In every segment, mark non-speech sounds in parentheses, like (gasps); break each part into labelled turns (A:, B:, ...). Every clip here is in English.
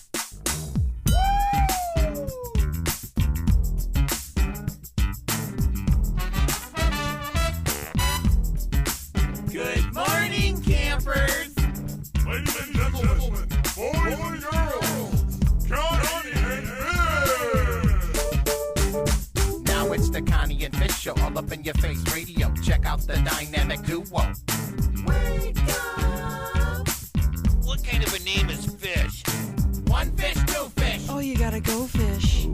A: Good morning, campers.
B: Ladies and gentlemen, boys and girls, Johnny and Bill!
C: Now it's the Connie and Fish show, all up in your face radio. Check out the dynamic duo.
D: What kind of a name is Fish?
C: One fish, two fish.
E: Oh, you gotta go fish.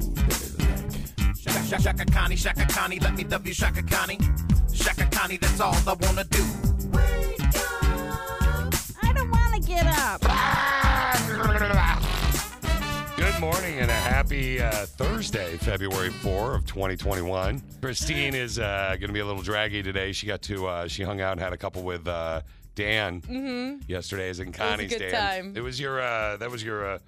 C: Shaka, shaka, shaka Connie, shaka Connie, let me W shaka Connie. Shaka Connie, that's all I wanna do.
F: I don't want to get up.
B: Good morning and a happy uh, Thursday, February 4 of 2021. Christine is uh, going to be a little draggy today. She got to uh, she hung out and had a couple with uh, Dan
G: Mm-hmm.
B: yesterday, as in Connie's
G: good
B: Dan.
G: time.
B: It was your uh, that was your uh,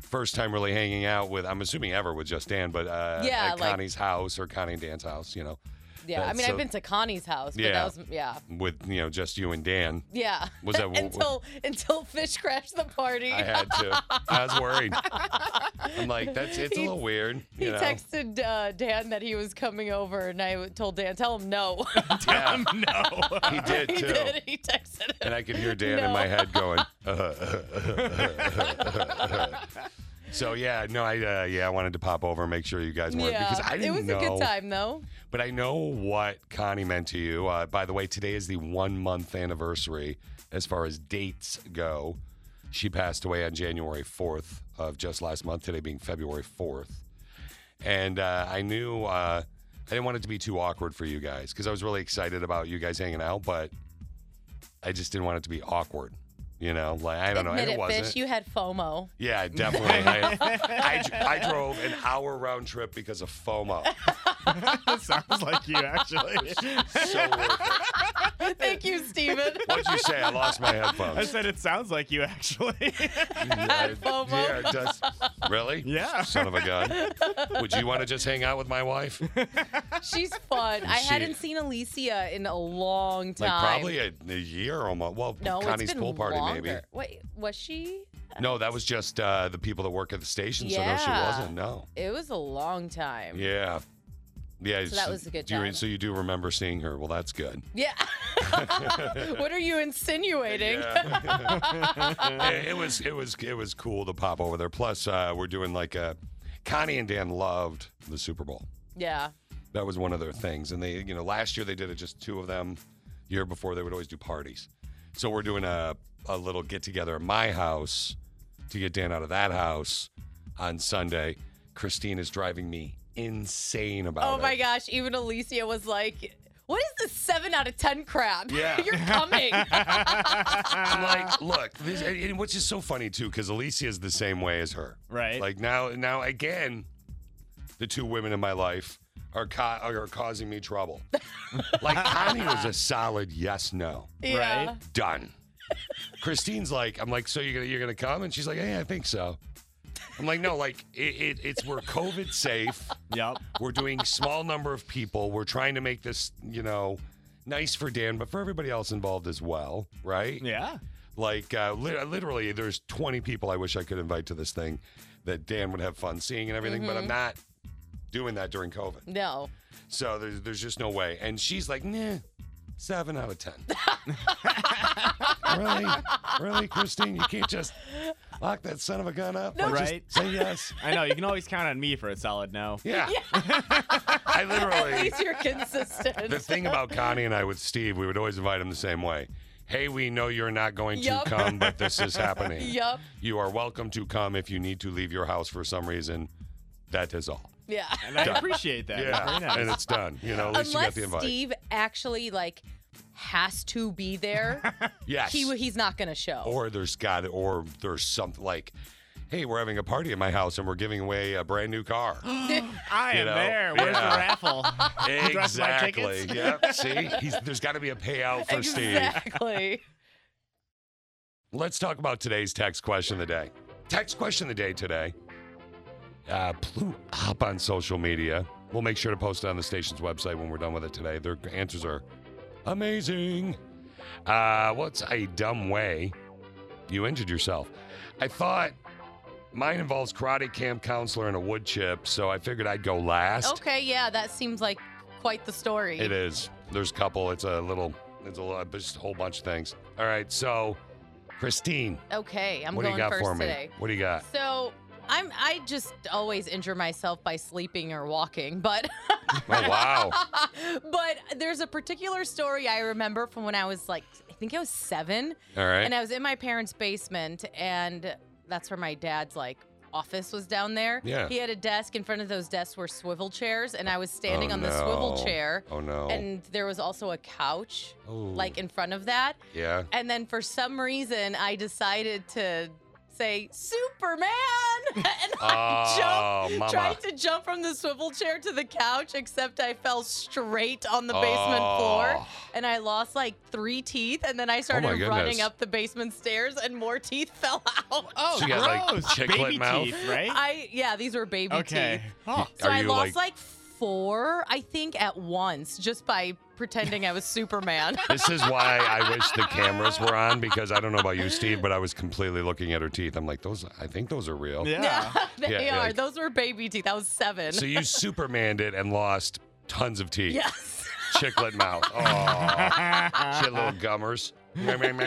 B: first time really hanging out with. I'm assuming ever with just Dan, but uh,
G: Yeah,
B: at
G: like-
B: Connie's house or Connie and Dan's house, you know,
G: Yeah, I
B: That's
G: mean,
B: so-
G: I've been to Connie's house, but
B: Yeah.
G: that was yeah,
B: with you know just you and Dan.
G: yeah.
B: Was
G: (laughs)
B: that-
G: until until Fish crashed the party?
B: I had to. I was worried. I'm like, that's it's a
G: He-
B: little weird.
G: he
B: you know?
G: texted uh, Dan that he was coming over, and I told Dan, "Tell him
B: (laughs)
G: no."
B: Yeah, he did
G: (laughs) he
B: too.
G: did. He texted him.
B: And I could hear Dan in
G: No.
B: my head
G: (laughs)
B: going. (laughs) so yeah, no, I uh, yeah, I wanted to pop over and make sure you guys weren't
G: yeah,
B: because I didn't
G: it was
B: know.
G: a good time though.
B: But I know what Connie meant to you. Uh, by the way, today is the one month anniversary as far as dates go. She passed away on January 4th of just last month, today being February 4th. And uh, I knew uh, I didn't want it to be too awkward for you guys because I was really excited about you guys hanging out, but I just didn't want it to be awkward. You know, like I don't know,
G: Admit
B: and it,
G: it,
B: wasn't.
G: Fish. You had
B: (laughs)
G: FOMO.
B: Yeah, I definitely. I, I, dr- I drove an hour round trip because of FOMO.
A: (laughs) Sounds like you, (laughs) actually.
B: So
G: (laughs)
B: worth it.
G: Thank you,
B: (laughs)
G: Steven.
B: What'd you say? I lost my
A: I
G: (laughs)
B: headphones.
A: said it sounds like you, actually. (laughs)
B: Yeah,
G: FOMO.
B: yeah, it does. Really?
A: Yeah.
B: Son of a gun. Would you want to just hang out with my wife? Like
G: She's fun. I
B: She-
G: hadn't seen Alicia in a long time.
B: probably a, a year almost. Well,
G: no, it's
B: Connie's
G: been
B: pool party
G: longer.
B: maybe.
G: Wait, was she?
B: No, that was just uh, the people that work at the station. So no, she
G: Yeah.
B: wasn't. No.
G: It was a long time.
B: Yeah. Yeah.
G: So that was a good
B: do you re-
G: time.
B: so you do remember seeing her. Well, that's good.
G: (laughs) Yeah. what are you insinuating?
B: Yeah. it, it was it was it was cool to pop over there. Plus, uh, we're doing like a. Connie and Dan loved the Super Bowl.
G: (laughs) Yeah.
B: That was one of their things. And they, you know, last year they did it just two of them. Year before they would always do parties. So we're doing a a little get together at my house to get Dan out of that house on Sunday. Christine is driving me insane about
G: Oh
B: it.
G: my gosh. Even Alicia was like, what is this seven out of 10 crap? (laughs)
B: Yeah.
G: You're
B: (laughs)
G: coming.
B: I'm like, look, this, and, and which is so funny too, because Alicia is the same way as her.
A: Right.
B: Like now, now again, the two women in my life are ca- are causing me trouble.
G: (laughs)
B: like Connie was a solid yes no.
G: yeah.
A: Right.
B: done. (laughs) Christine's like, I'm like, so you're gonna you're gonna come? And she's like, yeah, I think so. I'm like, no, like it, it, it's we're COVID safe.
A: yep.
B: We're doing small number of people. We're trying to make this, you know, nice for Dan, but for everybody else involved as well, right?
A: Yeah.
B: Like uh, li- literally, there's 20 people I wish I could invite to this thing that Dan would have fun seeing and everything, but I'm not doing that during COVID.
G: No.
B: So there's there's just no way. And she's like, nah, seven out of ten. (laughs) really, really, Christine, you can't just lock that son of a gun up. or just
A: Right.
B: say (laughs) yes.
A: I know. You can always count on me for a solid no.
B: Yeah. I
G: At
B: literally.
G: least you're consistent.
B: The thing about Connie and I with Steve, we would always invite him the same way. Hey, we know you're not going to
G: Yup.
B: come, but this
G: (laughs)
B: is happening.
G: (laughs) Yup.
B: You are welcome to come if you need to leave your house for some reason. That is all.
G: Yeah.
A: And I appreciate that. That's
B: Yeah,
A: Very nice. (gasps)
B: and it's done. You know, at least
G: Unless
B: you got the invite.
G: Steve actually like has to be there,
B: (laughs) yes.
G: he he's not gonna show.
B: or there's got or there's something like hey we're having a party at my house and we're giving away a brand new car
A: (gasps) I
B: You
A: am
B: know?
A: there. Where's
B: Yeah.
A: the
B: (laughs)
A: raffle? Who dropped my
B: exactly
A: tickets?
B: yep see He's, there's got to be a payout for steve
G: exactly.
B: (laughs) let's talk about today's text question of the day text question of the day today uh, blew up on social media we'll make sure to post it on the station's website when we're done with it today their answers are amazing Uh, what's a dumb way you injured yourself? I thought mine involves karate camp counselor and a wood chip, so I figured I'd go last.
G: Okay, yeah, that seems like quite the story.
B: It is. There's a couple. It's a little. It's a lot. Just a whole bunch of things. All right. So, Christine,
G: Okay, I'm
B: what do
G: going
B: you got
G: first
B: for me?
G: today.
B: What do you
G: (laughs)
B: got?
G: So I'm I just always injure myself by sleeping or walking, but
B: Oh, wow.
G: (laughs) but there's a particular story I remember from when I was like I think I was seven.
B: All right.
G: And I was in my parents' basement, and that's where my dad's like office was down there.
B: Yeah.
G: He had a desk. In front of those desks were swivel chairs, and I was standing
B: Oh,
G: on the swivel
B: no.
G: chair.
B: Oh no.
G: And there was also a couch,
B: oh,
G: like in front of that.
B: yeah.
G: And then for some reason, I decided to say Superman, (laughs) and I
B: Oh,
G: jumped,
B: mama.
G: tried to jump from the swivel chair to the couch, except I fell straight on the basement floor,
B: Oh.
G: and I lost like three teeth. And then I started
B: goodness.
G: running up the basement stairs, and more teeth (laughs) fell out.
A: Oh,
B: She got, like,
A: gross.
B: chiclet
A: baby
B: mouth.
A: teeth, right?
G: I yeah, these were baby
A: okay.
G: teeth.
B: (laughs)
A: Oh,
G: So
B: Are
G: I
B: you,
G: lost like,
B: like-
G: four, I think, at once just by pretending
B: (laughs)
G: I was Superman.
B: This is why I wish the cameras were
G: (laughs)
B: on because I don't know about you, Steve, but I was completely looking at her teeth. I'm like, those. I think those are real.
A: yeah.
G: (laughs)
A: (laughs)
G: they
B: Yeah, yeah,
G: are.
B: like-
G: Those were baby teeth. That was seven.
B: So you supermaned it and lost tons of teeth.
G: yes. (laughs)
B: Chiclet mouth. Oh, shit, little gummers.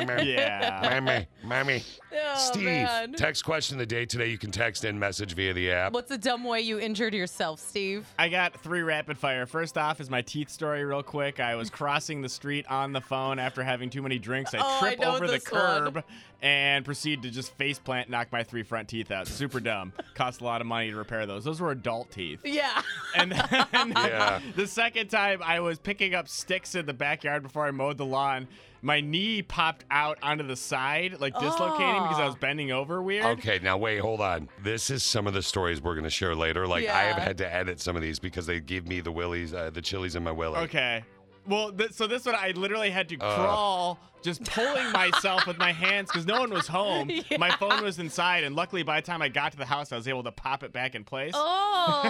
A: yeah.
B: Mammy, mammy.
G: Oh,
B: Steve,
G: man.
B: text question of the day today. You can text and message via the app.
G: What's a dumb way you injured yourself, Steve?
A: I got three rapid fire. First off is my teeth story, real quick. I was crossing the street on the phone after having too many drinks. I
G: Oh, I
A: trip
G: know
A: over the
G: this one.
A: curb and proceed to just face plant, knock my three front teeth out. Super dumb. Cost a lot of money to repair those. Those were adult teeth.
G: (laughs) Yeah.
A: And then
B: (laughs) Yeah.
A: the second time I was picking up sticks in the backyard before I mowed the lawn, my knee popped out onto the side, like dislocating because I was bending over weird.
B: Okay, now wait, hold on. This is some of the stories we're going to share later. Like I have
G: Yeah.
B: had to edit some of these because they give me the willies, uh, the chilies in my willy.
A: Okay. Well, th- so this one I literally had to
G: Uh.
A: crawl, just pulling myself with my hands because no one was
G: (laughs)
A: home. My phone was inside, and luckily by the time I got to the house, I was able to pop it back in place.
G: (laughs)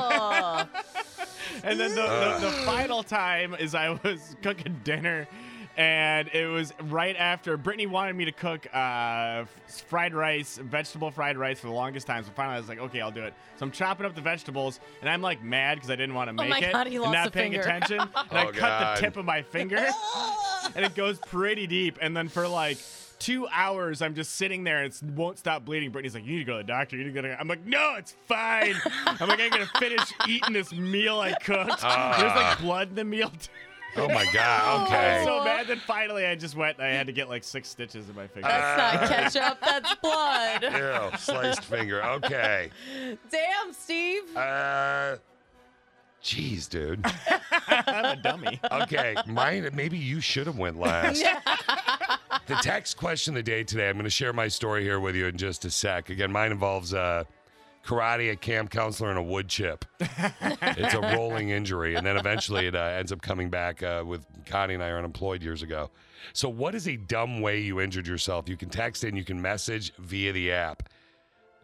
G: Oh.
A: And then the, the, the final time is I was (laughs) cooking dinner, and it was right after Brittany wanted me to cook uh, f- fried rice, vegetable fried rice for the longest time. So finally, I was like, okay, I'll do it. So I'm chopping up the vegetables, and I'm like mad because I didn't want to make
G: Oh my
A: it,
G: God, he
A: and
G: lost
A: not
G: a
A: paying
G: finger. Oh,
A: attention, and
G: (laughs)
A: I
B: Oh,
A: cut
B: God.
A: the tip of my finger, and it goes pretty deep. And then for like. Two hours, I'm just sitting there and it won't stop bleeding. Brittany's like, "You need to go to the doctor. You need to go." To... the-" I'm like, "No, it's fine." I'm like, "I'm gonna finish eating this meal I cooked."
B: Ah.
A: There's like blood in the meal. Too.
B: Oh my
A: (laughs)
B: God.
A: I
B: Okay.
A: was so bad that finally I just went. I had to get like six stitches in my finger.
G: that's
B: Uh.
G: not ketchup. That's
B: (laughs)
G: blood.
B: Ew, sliced finger. Okay.
G: Damn, Steve.
B: Uh, jeez, dude.
A: I'm a dummy.
B: Okay, mine. Maybe you should have went last. the text question of the day today. I'm going to share my story here with you in just a sec. Again, mine involves uh, karate, a camp counselor, and a wood chip. it's a rolling injury, and then eventually it uh, ends up coming back. Uh, with Connie and I are unemployed years ago. So, what is a dumb way you injured yourself? You can text and you can message via the app.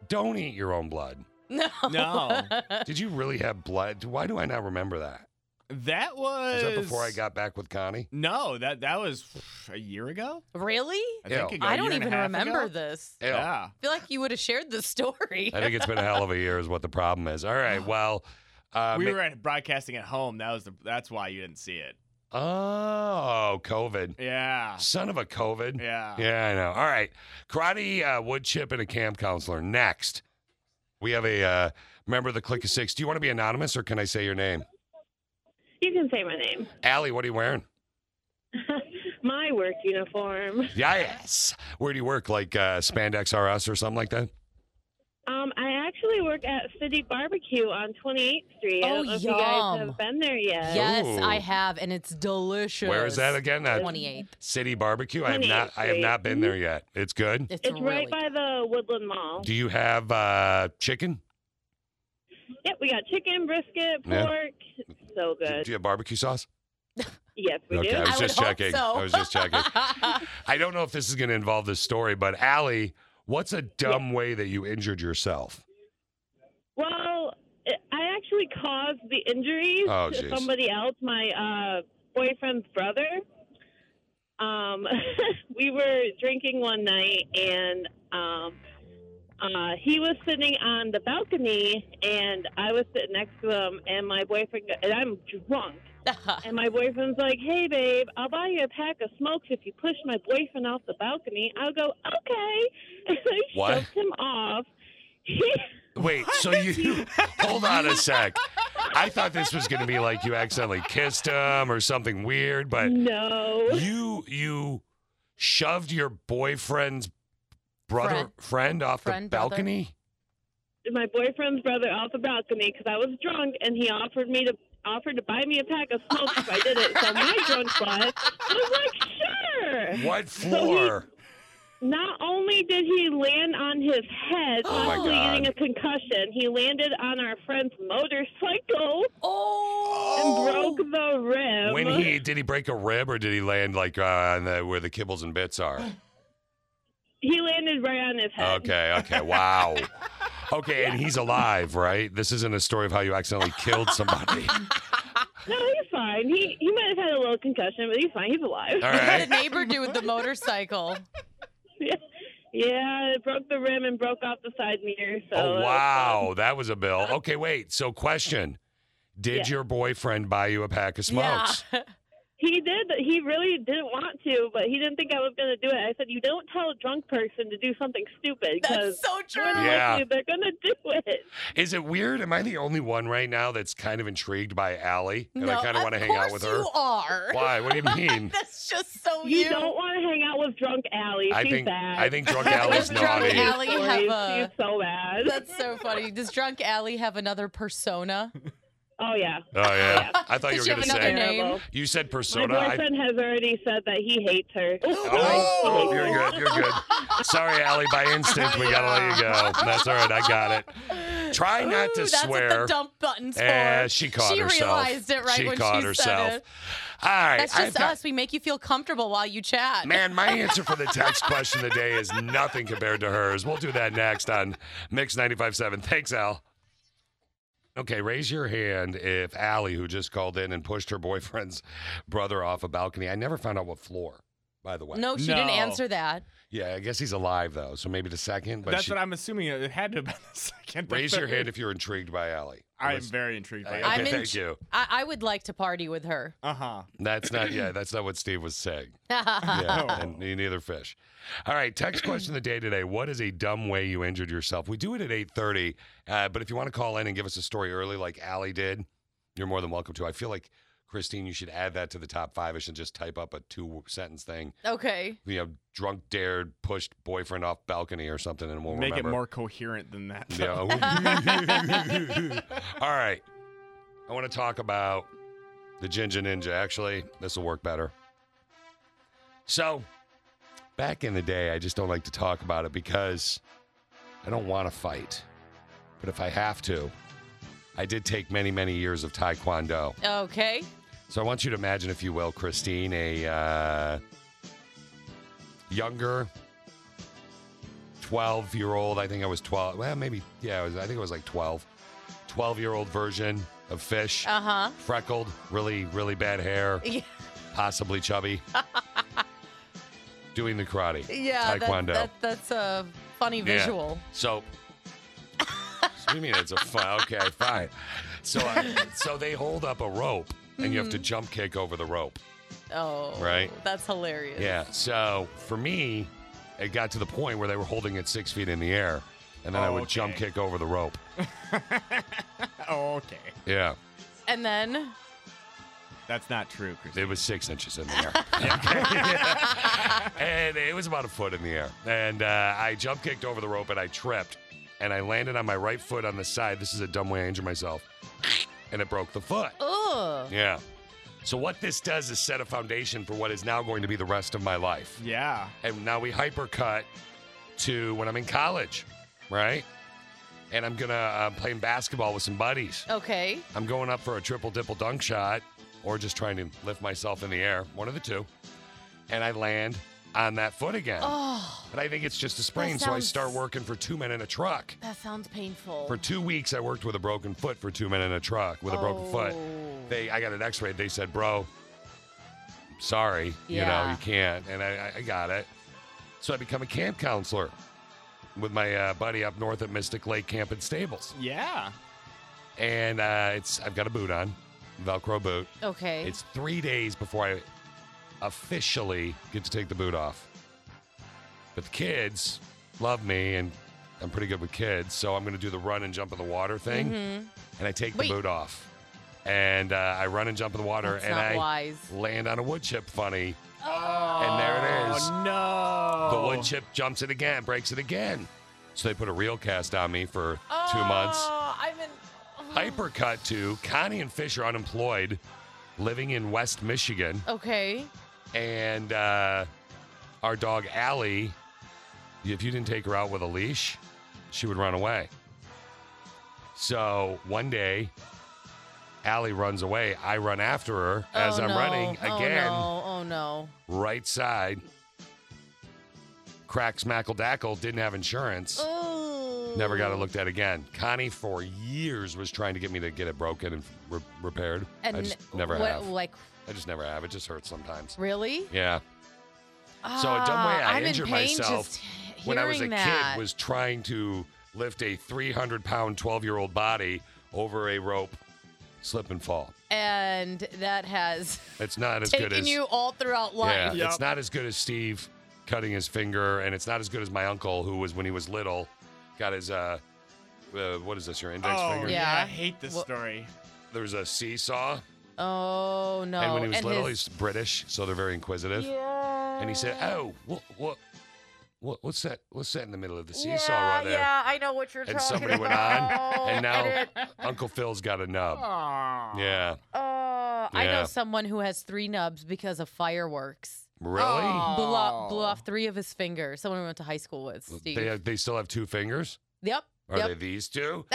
B: Don't eat your own blood.
A: (laughs) No,
B: Did you really have blood? Why do I not remember that?
A: that was.
B: Was that before I got back with Connie?
A: No, that that was a year ago.
G: Really?
A: I
B: Ew.
A: think ago,
G: I
A: a
G: don't
A: year and a
G: even
A: half
G: remember
A: ago.
G: this.
B: Ew.
A: Yeah.
G: I feel like you would have shared the story.
B: I think it's been a hell of a year, is what the problem is.
A: (sighs)
B: All right, well, uh,
A: we
B: ma-
A: were at broadcasting at home. That was the. That's why you didn't see it.
B: oh, COVID,
A: Yeah.
B: son of a COVID.
A: Yeah.
B: Yeah, I know. All right, karate, uh, wood chip, and a camp counselor. Next, we have a uh, member of the Click of Six. Do you want to be anonymous, or can I say your name?
E: You can say my name. (laughs)
B: Allie, what are you wearing?
E: my work uniform.
B: Yes. Where do you work? Like uh, spandex RS or something like that?
E: Um, I actually work at City Barbecue on 28th Street. I
G: Oh,
E: don't know if you guys
G: yum.
E: have been there yet.
G: Yes, I
B: Ooh.
G: have, and it's delicious.
B: Where is that again? Uh,
G: 28th.
B: City barbecue. I have not. I have not been there yet. It's good.
G: It's,
E: It's
G: really
E: right by the Woodland Mall.
B: Do you have uh, chicken?
E: Yep, we got chicken, brisket,
B: Yeah.
E: pork. So
B: Do
E: good.
B: you have barbecue sauce?
E: Yes, we
B: Okay,
E: do.
B: I was
G: I
B: just
G: would hope
B: checking.
G: so.
B: I was just checking. I don't know if this is going to involve this story, but Allie, what's a dumb way that you injured yourself?
E: Well, I actually caused the injuries
B: Oh,
E: to
B: jeez.
E: somebody else, my uh, boyfriend's brother. um, (laughs) we were drinking one night, and um, uh, he was sitting on the balcony, and I was sitting next to him, and my boyfriend, and I'm drunk. And my boyfriend's like, hey, babe, I'll buy you a pack of smokes if you push my boyfriend off the balcony. I'll go, okay. (laughs) And I
B: What?
E: shoved him off. (laughs) He,
B: Wait, so
G: (laughs)
B: you hold on a sec. I thought this was going to be like you accidentally kissed him or something weird, but
E: (laughs) no.
B: you you shoved your boyfriend's brother friend, off the
G: Friend, brother. (laughs)
B: balcony.
E: my boyfriend's brother off the balcony because I was drunk, and he offered me to offered to buy me a pack of smokes if I did it.
B: (laughs)
E: So my drunk butt was like, sure.
B: What
E: he-
B: floor?
E: Not only did he land on his head,
B: Oh, my
E: possibly
B: God.
E: getting a concussion, he landed on our friend's motorcycle
G: (laughs) Oh.
E: and broke the rim.
B: when he did he break a rib or did he land like uh, on the, where the kibbles and bits are?
E: He landed right on his head.
B: Okay, okay, wow. Okay, and he's alive, right? This isn't a story of how you accidentally killed somebody.
G: (laughs)
E: No, he's fine. He he might have had a little concussion, but he's fine. He's alive.
B: All
G: What did a
B: right.
G: neighbor do with the motorcycle?
E: (laughs) Yeah, it broke the rim and broke off the side mirror. So that
B: Oh
E: was fun.
B: wow, that was a bill. Okay, wait. So question: Did
E: Yeah.
B: your boyfriend buy you a pack of smokes?
G: Yeah.
E: He did. but He really didn't want to, but he didn't think I was going to do it. I said, "You don't tell a drunk person to do something stupid
G: That's
E: because
G: so true.
E: more than
B: Yeah.
E: likely they're going to do it."
B: Is it weird? Am I the only one right now that's kind of intrigued by Allie? And
G: no,
B: I kind of want to hang out with her.
G: You are.
B: Why? What do you mean?
G: (laughs) That's just so
E: You,
G: you.
E: don't want to hang out with drunk Allie.
B: I
E: She's
B: think
E: bad.
B: I
G: (laughs)
B: think drunk
G: Does
B: Allie's
G: Drunk
B: naughty.
G: Allie have a-
E: She's so
G: (laughs)
E: bad.
G: That's so funny. Does Drunk Alley have another persona?
E: oh yeah.
B: Oh yeah. I thought you
G: Does
B: were
G: she
B: gonna
G: have another
B: say
G: name?
E: Terrible.
B: you said
E: My
B: persona. I,
E: boyfriend has already said that he hates her.
B: oh, oh, you're good. You're good. Sorry, Allie. By instinct, we gotta let you go. That's all right. I got it. Try not
G: Ooh,
B: to
G: that's
B: swear.
G: What the dump buttons for.
B: Eh, she caught herself.
G: realized it right
B: She
G: when
B: caught
G: she
B: herself.
G: said it.
B: All right.
G: That's
B: I
G: just
B: thought-
G: us. We make you feel comfortable while you chat.
B: Man, my answer for the text question today is nothing compared to hers. We'll do that next on Mix 95.7. Thanks, Al. Okay, raise your hand if Allie, who just called in and pushed her boyfriend's brother off a balcony, I never found out what floor, by the way.
G: No, she
A: No.
G: didn't answer that.
B: Yeah, I guess he's alive, though, so maybe the second. But
A: That's
B: she-
A: what I'm assuming. It had to have been (laughs) the second. or (laughs)
B: raise your
A: third.
B: hand if you're intrigued by Allie.
A: I'm
B: Let's-
A: very intrigued by
B: Okay,
A: it.
G: I'm in-
B: thank you.
G: I, I would like to party with her.
A: Uh huh.
B: That's not, yeah, that's not what Steve was saying. Yeah, (laughs) and ne- neither fish. All right, text question of the day today. What is a dumb way you injured yourself? We do it at 8.30, uh, but if you want to call in and give us a story early like Allie did, you're more than welcome to. I feel like, Christine, you should add that to the top five-ish and just type up a two-sentence thing.
G: (laughs) okay.
B: You know, drunk dared pushed boyfriend off balcony or something, and we'll
A: Make
B: remember.
A: it more coherent than that.
B: Yeah.
A: though.
B: oh. All right. I want to talk about the Ginger Ninja. Actually, this will work better. So, back in the day, I just don't like to talk about it because I don't want to fight. But if I have to, I did take many, many years of Taekwondo.
G: Okay.
B: So I want you to imagine, if you will, Christine, a uh, younger 12 year old. I think I was 12. Well, maybe, yeah, I, was, I think it was like 12. 12 year old version of Fish.
G: Uh huh.
B: Freckled, really, really bad hair,
G: (laughs) Yeah.
B: possibly
G: (laughs)
B: chubby. doing the karate.
G: Yeah. that-
B: Taekwondo.
G: that- that's a funny visual.
B: So, what do you mean it's a fun? Okay, fine. So, I, so they hold up a rope, and you have
G: Mm.
B: to jump kick over the rope.
G: Oh.
B: Right.
G: That's hilarious.
B: Yeah. So for me, it got to the point where they were holding it six feet in the air, and then I
A: Oh,
B: would
A: okay.
B: jump kick over the rope.
A: (laughs) oh, okay.
B: Yeah,
G: And then.
A: That's not true, Chris.
B: it was six inches in
A: (laughs)
B: the air, (laughs) and it was about a foot in the air. And uh, I jump kicked over the rope, and I tripped, and I landed on my right foot on the side. This is a dumb way I injured myself, and it broke the foot.
A: Oh.
G: Ugh.
B: Yeah. So what this does is set a foundation for what is now going to be the rest of my life.
A: Yeah.
B: and now we hypercut to when I'm in college, right? And I'm gonna uh, playing basketball with some buddies.
G: Okay.
B: I'm going up for a triple dipple dunk shot, or just trying to lift myself in the air, one of the two, and I land on that foot again.
G: Oh,
B: But I think it's just a sprain, so I
G: sounds-
B: start working for two men in a truck.
G: that sounds painful.
B: For two weeks, I worked with a broken foot for two men in a truck with a broken foot.
G: Oh.
B: They, I got an X-ray. They said, "Bro, sorry, you know,
G: Yeah.
B: you can't. And I, I- I got it. So I become a camp counselor with my uh, buddy up north at Mystic Lake Camp and Stables.
A: Yeah.
B: And uh, it's I've got a boot on, Velcro boot.
G: Okay.
B: It's three days before I officially get to take the boot off. But the kids love me, and I'm pretty good with kids, so I'm going to do the run and jump in the water thing,
G: Mhm.
B: and I take
G: Wait.
B: the boot off, and uh, I run and jump in the water,
G: That's
B: and
G: not
B: I
G: wise.
B: land on a wood chip funny.
A: Oh,
B: And there it is.
A: No.
G: Oh.
B: The wood chip jumps it again, breaks it again. So they put a real cast on me for two months.
G: Oh, I'm in.
B: Hypercut to Connie and Fish are unemployed, living in West Michigan.
G: Okay.
B: and uh, our dog Allie, if you didn't take her out with a leash, she would run away. So one day, Allie runs away. I run after her as
G: Oh,
B: I'm
G: no.
B: running
G: Oh,
B: again,
G: no. Oh no.
B: right side. Crack smackle dackle, didn't have insurance.
G: Oh.
B: Never got it looked at again. Connie, for years, was trying to get me to get it broken and re- repaired.
G: And
B: I just never
G: what,
B: have.
G: Like
B: I just never have. It just hurts sometimes.
G: really?
B: Yeah. So a
G: Ah,
B: dumb way I
G: I'm in
B: injured
G: pain
B: myself
G: just
B: when I was a
G: hearing that.
B: kid was trying to lift a 300 pound 12 year old body over a rope slip and fall.
G: and that has
B: It's not (laughs) as good
G: taken
B: as
G: you all throughout
B: yeah,
G: life.
A: Yep.
B: it's not as good as Steve cutting his finger, and it's not as good as my uncle who was when he was little got his uh, uh what is this your index
A: Oh,
B: finger?
A: yeah. I
G: Yeah.
A: hate this
G: Well-
A: story.
B: There was a seesaw,
G: Oh no.
B: and when he was little,
G: his-
B: he's British, so they're very inquisitive.
G: yeah.
B: And he said, "Oh, what, what, what, what's that? What's that in the middle of the
G: yeah,
B: seesaw right there?"
G: Yeah, I know what you're
B: And
G: talking
B: somebody went on,
G: about.
B: and now-
G: it-
B: Uncle Phil's got a nub.
A: Aw.
B: Yeah.
G: oh, I
B: Yeah.
G: know someone who has three nubs because of fireworks.
B: Really?
A: Aw.
G: Blew, off, blew
A: Oh.
G: off three of his fingers. Someone we went to high school with, Steve.
B: They, they still have two fingers?
G: yep.
B: Are
G: yep.
B: they
G: (laughs)
B: these two?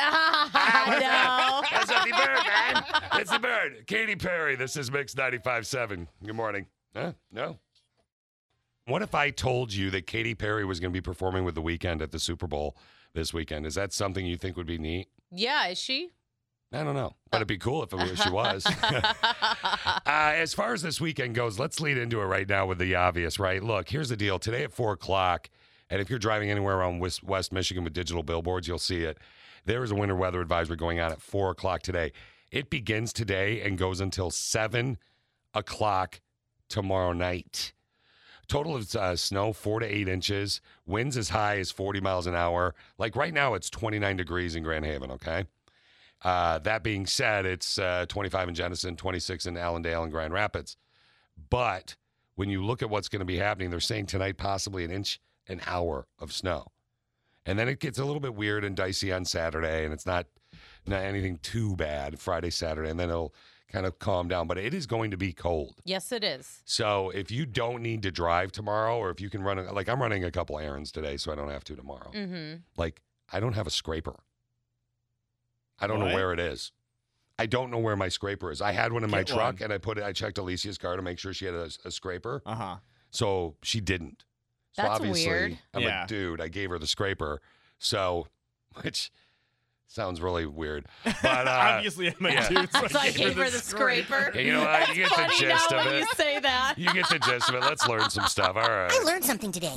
G: Ah,
B: (laughs)
G: no.
B: That's the bird, man. It's the bird. Katy Perry. This is Mix 95.7. Good morning. Huh? No? What if I told you that Katy Perry was going to be performing with The Weekend at the Super Bowl this weekend? Is that something you think would be neat?
G: Yeah, is she? (laughs)
B: I don't know, but it'd be cool if, it, if she was. (laughs) Uh, as far as this weekend goes, let's lead into it right now with the obvious, right? Look, here's the deal. Today at four o'clock, and if you're driving anywhere around West, West Michigan with digital billboards, you'll see it. There is a winter weather advisory going on at four o'clock today. It begins today and goes until seven o'clock tomorrow night. Total of uh, snow, four to eight inches. Winds as high as 40 miles an hour. Like right now, it's 29 degrees in Grand Haven, okay? Uh, that being said, it's uh, 25 in Jenison, 26 in Allendale and Grand Rapids. But when you look at what's going to be happening, they're saying tonight possibly an inch an hour of snow. And then it gets a little bit weird and dicey on Saturday, and it's not not anything too bad Friday, Saturday, and then it'll kind of calm down. But it is going to be cold.
G: yes, it is.
B: So if you don't need to drive tomorrow, or if you can run, a, like I'm running a couple errands today, so I don't have to tomorrow. (laughs)
G: Mm-hmm.
B: Like, I don't have a scraper. I don't know
A: What?
B: where it is. I don't know where my scraper is. I had one in my
A: Get
B: truck
A: one.
B: and I put it, I checked Alicia's car to make sure she had a, a scraper.
A: Uh huh.
B: So she didn't. So
G: That's
B: obviously,
G: weird.
B: I'm
A: Yeah.
B: like, dude, I gave her the scraper. So, (laughs) which sounds really weird.
A: (laughs)
B: But, uh,
A: Obviously, I'm a
B: yeah.
A: dude. (laughs)
G: So I gave her the scraper.
B: you know what? You get the
G: Funny now
B: gist of
G: when
B: it.
G: you say that.
B: (laughs) You get the gist of it. Let's learn some stuff. All right.
F: I learned something today.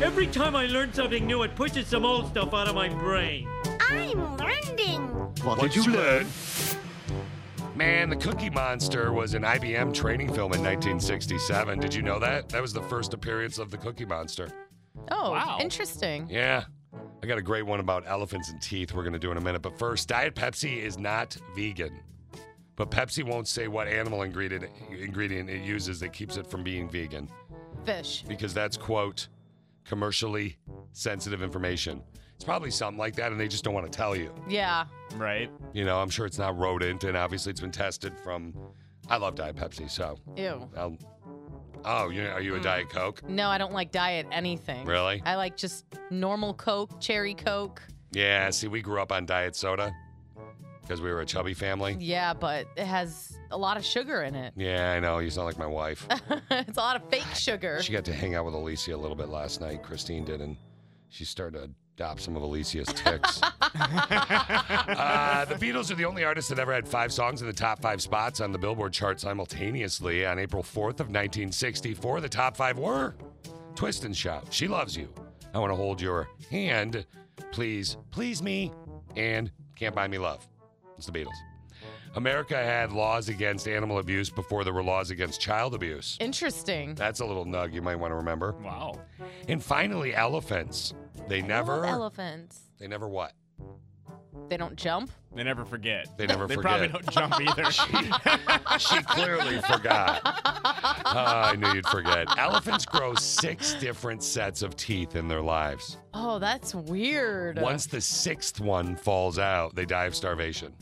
H: Every time I learn something new, it pushes some old stuff out of my brain.
F: I'm learning.
B: What did you learn? Man, the Cookie Monster was an IBM training film in 1967. Did you know that? That was the first appearance of the Cookie Monster.
G: Oh,
A: Wow.
G: interesting.
B: Yeah. I got a great one about elephants and teeth we're going to do in a minute. But first, Diet Pepsi is not vegan. But Pepsi won't say what animal ingredient, ingredient it uses that keeps it from being vegan
G: Fish.
B: because that's, quote, commercially sensitive information. It's probably something like that, and they just don't want to tell you.
G: Yeah.
A: Right.
B: You know, I'm sure it's not rodent, and obviously it's been tested from. I love Diet Pepsi, so.
G: Ew.
B: I'll, oh, you are you a Diet Coke?
G: No, I don't like diet anything.
B: Really?
G: I like just normal Coke, cherry Coke.
B: Yeah. See, we grew up on diet soda because we were a chubby family.
G: Yeah, but it has a lot of sugar in it. (laughs)
B: Yeah, I know. You sound like my wife.
G: it's a lot of fake sugar.
B: she got to hang out with Alicia a little bit last night. Christine did, and she started Stop some of Alicia's ticks. uh, the Beatles are the only artists that ever had five songs in the top five spots on the Billboard chart simultaneously. On April 4th of 1964, the top five were Twist and Shout, She Loves You, I Want to Hold Your Hand, Please, Please Me, and Can't Buy Me Love. It's the Beatles. America had laws against animal abuse before there were laws against child abuse.
G: Interesting.
B: That's a little nug you might want to remember.
A: Wow.
B: And finally, elephants. They never.
G: elephants.
B: they never what?
G: They don't jump.
A: They never forget.
B: They never
A: (laughs) They
B: forget.
A: probably don't jump either. (laughs)
B: (laughs) she clearly
G: (laughs)
B: forgot. Ah, I knew you'd forget. Elephants grow six different sets of teeth in their lives.
G: Oh, that's weird.
B: Once the sixth one falls out, they die of starvation.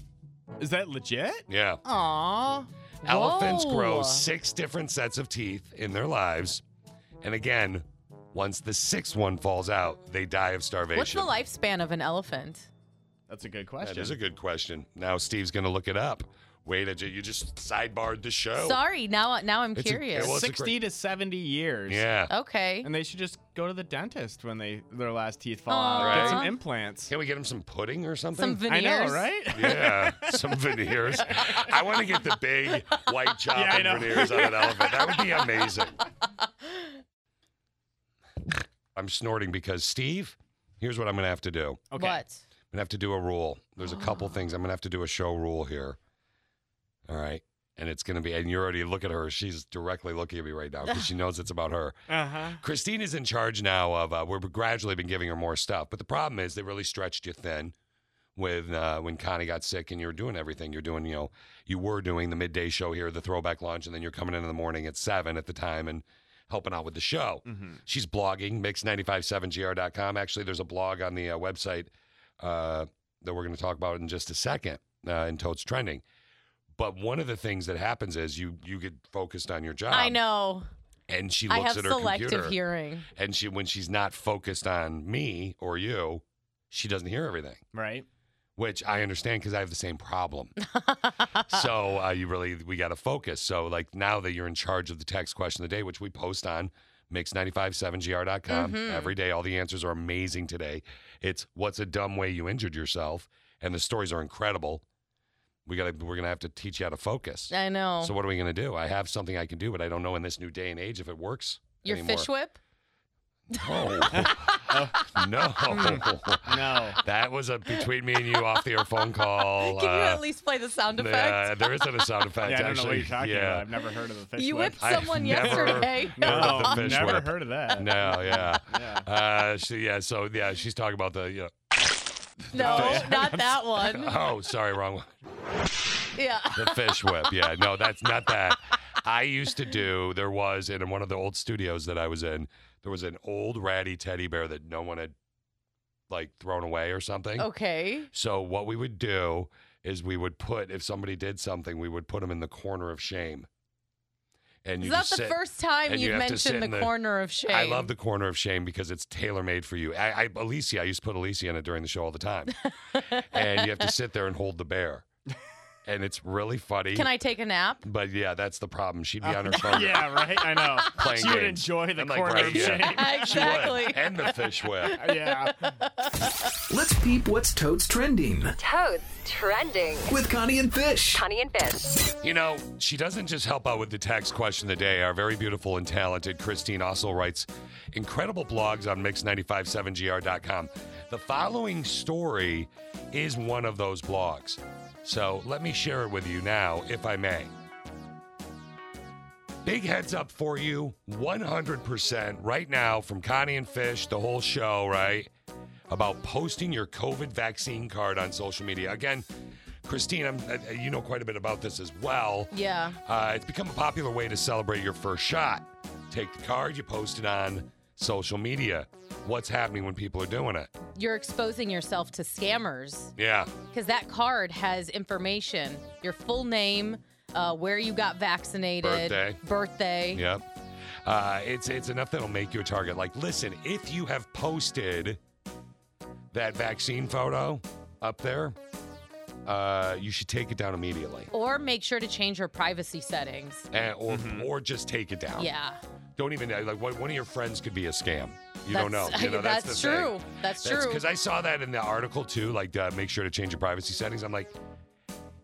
A: Is that legit?
B: Yeah.
G: Aw.
B: Elephants grow
G: Whoa.
B: six different sets of teeth in their lives. And again, once the sixth one falls out, they die of starvation.
G: What's the lifespan of an elephant?
A: That's a good
B: That
A: question.
B: is a good question. Now Steve's going to look it up. Wait, a, you just sidebarred the show.
G: Sorry, now now I'm
B: Oh. It's a-
G: curious.
B: it was- Well, it's a great-
A: 60 to 70 years.
B: Yeah.
G: okay.
A: (laughs) And they should just go to the dentist when they their last teeth fall
G: Aw.
A: out. Get some
G: Right.
A: implants.
B: Can we get him some pudding or
G: Some
B: something?
A: I
G: veneers.
A: know,
G: (laughs)
A: right?
B: yeah, some veneers. I want to get the big white
A: (laughs)
B: chop
A: Yeah, I know.
B: and veneers on an elephant. That would be amazing. I'm snorting because Steve, here's what I'm going to have to do.
A: Okay.
G: What?
B: I'm gonna have to do a rule. There's
A: (gasps)
B: a couple things. I'm gonna have to do a show rule here. All right. And it's gonna be, and you already look at her. She's directly looking at me right
A: (laughs)
B: now because she knows it's about her.
A: Uh-huh.
B: Christine is in charge now of. Uh, we've gradually been giving her more stuff, but the problem is they really stretched you thin. With uh, when Connie got sick and you were doing everything, you're doing, you know, you were doing the midday show here, the throwback lunch, and then you're coming in in the morning at seven at the time and helping out with the show.
G: Mm.
B: She's blogging, mix957gr.com. Actually, there's a blog on the uh, website uh, that we're going to talk about in just a second uh, in Totes Trending. But one of the things that happens is you you get focused on your job.
G: I know.
B: And she looks
G: I have
B: at her
G: selective
B: computer
G: hearing.
B: and she when she's not focused on me or you, she doesn't hear everything,
A: Right.
B: which I understand because I have the same
G: (laughs)
B: problem. so uh, you really we got to focus. So like now that you're in charge of the text question of the day, which we post on mix957gr.com
G: Mhm.
B: every day. All the answers are amazing today. It's what's a dumb way you injured yourself, and the stories are incredible. We got to we're gonna have to teach you how to focus.
G: I know.
B: So what are we gonna do? I have something I can do, but I don't know in this new day and age if it works.
G: Your
B: anymore.
G: fish whip?
B: (laughs) Oh. (laughs) no. (laughs)
A: No.
B: That was a between me and you off the air phone call.
G: (laughs) Can you
B: uh,
G: at least play the sound
B: uh,
G: effect?
B: there isn't a sound
A: (laughs)
B: effect.
A: yeah, I don't know
B: actually.
A: what you're talking
B: yeah.
A: about. I've never heard of the fish
G: you
A: whip.
G: whipped
B: I've (laughs)
G: someone
B: never-
G: (laughs) yesterday.
B: heard
A: no,
B: of the fish
A: never
B: whip.
A: heard of (laughs) that.
B: No, yeah.
A: Yeah.
B: Uh, she, yeah, so yeah, she's talking about the, you know, (laughs)
G: no, not that one.
B: oh, sorry, wrong one.
G: Yeah.
B: The fish whip. Yeah, no, that's not that. I used to do, there was in one of the old studios that I was in, there was an old ratty teddy bear that no one had like thrown away or something.
G: Okay.
B: So what we would do is we would put if somebody did something, we would put them in the corner of shame. And
G: Is
B: you
G: that
B: just
G: the
B: sit-
G: first time
B: and you
G: you've
B: have to sit
G: mentioned the,
B: in the-
G: corner of shame?
B: I love the corner of shame because it's tailor made for you. I, I Alicia, I used to put Alicia in it during the show all the time, and you have to sit there and hold the
G: (laughs)
B: bear, and it's really funny.
G: Can I Oh, take a nap?
B: But yeah, that's the problem. She'd be on her (laughs) phone.
A: Uh, (laughs) Yeah, right. I know.
B: Playing
A: she would
B: games.
A: enjoy the
B: I'm like,
A: corner
B: right,
A: of shame.
B: yeah. (laughs) She would.
G: exactly.
B: And the fish whip.
A: (laughs) yeah.
I: Let's peep what's totes trending
J: Toads trending.
I: with Connie and Fish.
J: Connie and Fish.
B: You know, she doesn't just help out with the text question of the day. Our very beautiful and talented Christine also writes incredible blogs on mix957gr.com. The following story is one of those blogs. So let me share it with you now, if I may. Big heads up for you 100% right now from Connie and Fish, the whole show, right? About posting your COVID vaccine card on social media. Again, Christine, I'm, uh, you know quite a bit about this as well.
G: Yeah.
B: Uh, it's become a popular way to celebrate your first shot. Take the card, you post it on social media. What's happening when people are doing it?
G: You're exposing yourself to scammers
B: Yeah.
G: because that card has information your full name, uh, where you got vaccinated,
B: Birthday.
G: birthday.
B: Yep. Uh, it's it's enough that'll make you a target. Like, listen, if you have posted that vaccine photo up there, uh, you should take it down immediately,
G: Or make sure to change your privacy settings.
B: and, or or just take it down.
G: Yeah.
B: Don't even like one one of your friends could be a scam. You don't know.
G: (laughs) That's-
B: You know that's,
G: that's
B: the thing.
G: true. That's true.
B: Because I saw that in the article too. Like, uh, make sure to change your privacy settings. I'm like,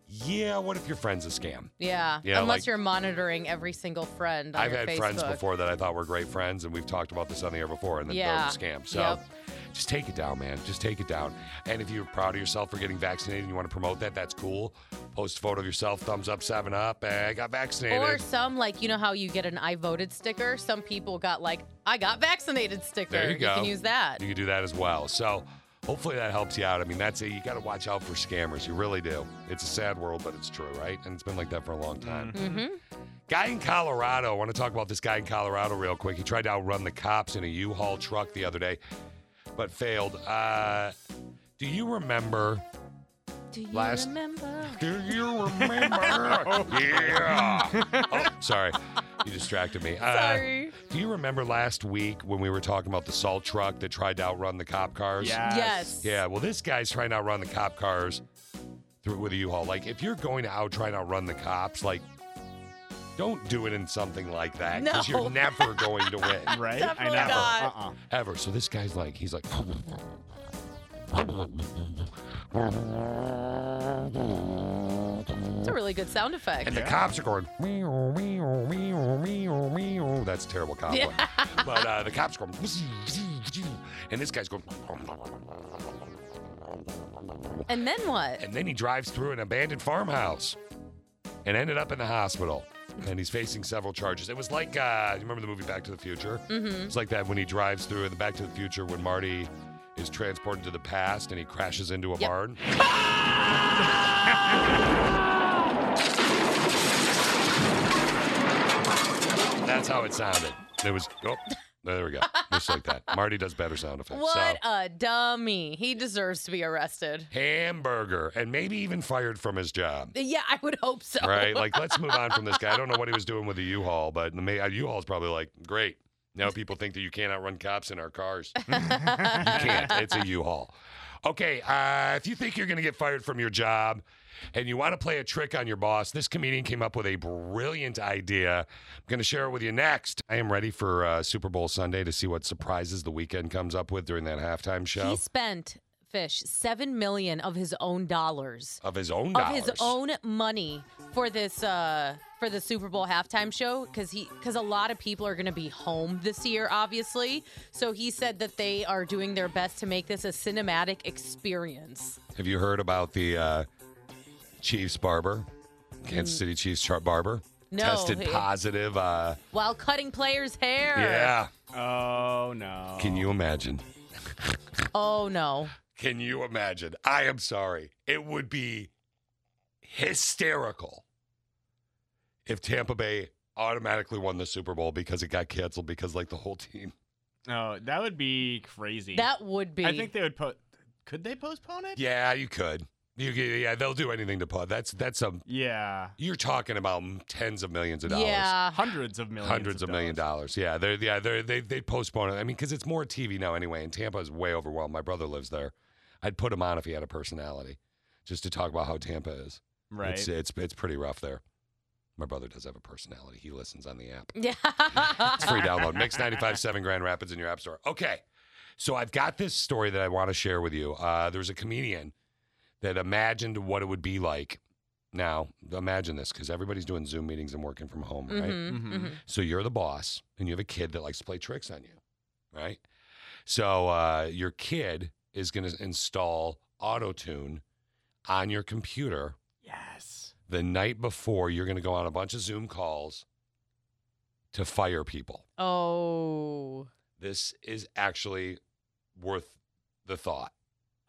B: yeah. What if your friend's a scam?
G: Yeah.
B: Yeah,
G: Unless
B: like-
G: you're monitoring every single friend on
B: I've
G: your
B: had
G: Facebook.
B: friends before that I thought were great friends, and we've talked about this on the air before, and then
G: Yeah.
B: they're a scam. So
G: Yep.
B: just take it down, man. Just take it down. And if you're proud of yourself for getting vaccinated and you want to promote that, that's cool. Post a photo of yourself, thumbs up, seven up, eh, I got vaccinated.
G: Or some like you know how you get an I voted sticker. Some people got like I got vaccinated sticker.
B: There you go.
G: can use that.
B: You can do that as well. So hopefully that helps you out. I mean, that's it. You got to watch out for scammers. You really do. It's a sad world, but it's true, right? And it's been like that for a long time.
G: Mm-hmm.
B: Guy in Colorado. I want to talk about this guy in Colorado real quick. He tried to outrun the cops in a U-Haul truck the other day, but failed. Uh, do you remember?
G: Do you
B: Last-
G: remember?
B: Do you remember?
G: (laughs)
B: yeah. Oh, sorry, you distracted me. Uh,
G: Sorry.
B: Do you remember last week when we were talking about the salt truck that tried to outrun the cop cars?
G: Yes.
B: Yeah, well, this guy's trying to outrun the cop cars through with a U-Haul. Like, if you're going to out try and outrun the cops, like, don't do it in something like that because
G: No.
B: you're never going to
G: (laughs)
B: win,
A: Right?
G: Definitely
A: I know.
G: not.
A: Uh-uh.
B: ever. So this guy's like, he's like,
G: It's a really good sound effect.
B: and the cops are going, meow, meow, meow, meow, meow. That's a terrible cop.
G: (laughs) Yeah.
B: one. But uh, the cops are going, and this guy's going.
G: And then what?
B: and then he drives through an abandoned farmhouse and ended up in the hospital and he's facing several charges it was like uh you remember the movie back to the future
G: Mm-hmm.
B: it's like that when he drives through in the back to the future when marty is transported to the past and he crashes into a
G: Yep.
B: barn that's how it sounded it was oh there we go just like that marty does better sound effects so
G: What a dummy. He deserves to be arrested.
B: hamburger and maybe even fired from his job
G: Yeah, I would hope so. (laughs)
B: right? Like, let's move on from this guy. I don't know what he was doing with the U-Haul, but the ma- U-Haul is probably like, great. Now people think that you can't outrun cops in our cars. You can't. It's a U-Haul. Okay, uh, if you think you're going to get fired from your job and you want to play a trick on your boss, this comedian came up with a brilliant idea. I'm going to share it with you next. I am ready for uh, Super Bowl Sunday to see what surprises the weekend comes up with during that halftime show
G: He spent fish 7 million of his own dollars.
B: of his own
G: Of
B: dollars.
G: his own money for this uh for the Super Bowl halftime show cuz he cuz a lot of people are going to be home this year obviously. So he said that they are doing their best to make this a cinematic experience.
B: Have you heard about the uh, Chiefs barber? Kansas City Chiefs char- barber
G: Mm. No,
B: tested
G: he-
B: positive. Uh,
G: While cutting players' hair.
B: yeah.
A: Oh, no.
B: Can you imagine?
G: Oh no.
B: Can you imagine? I am sorry. It would be hysterical if Tampa Bay automatically won the Super Bowl because it got canceled because like the whole team. (laughs)
A: No, that would be crazy.
G: That would be
A: I think they would put. Could they postpone it?
B: Yeah, you could. You could, yeah, they'll do anything to put. That's that's a
A: Yeah.
B: you're talking about tens of millions of dollars.
G: Yeah. (laughs)
A: Hundreds of millions.
B: hundreds of, million dollars. Yeah, they're yeah they're, they they postpone it. I mean, because it's more TV now anyway, and Tampa is way overwhelmed. My brother lives there. I'd put him on if he had a personality, just to talk about how Tampa is.
A: Right.
B: It's it's, it's pretty rough there. My brother does have a personality. He listens on the app.
G: Yeah.
B: It's free download. Mix 95 7 Grand Rapids in your app store. Okay. So I've got this story that I want to share with you. Uh, there was a comedian that imagined what it would be like. Now, imagine this because everybody's doing Zoom meetings and working from home, right?
G: Mhm,
A: Mhm.
G: mhm.
B: So you're the boss and you have a kid that likes to play tricks on you, right? So uh, your kid is going to install AutoTune on your computer
A: Yes.
B: the night before you're going to go on a bunch of Zoom calls to fire people.
G: Oh.
B: This is actually worth the thought.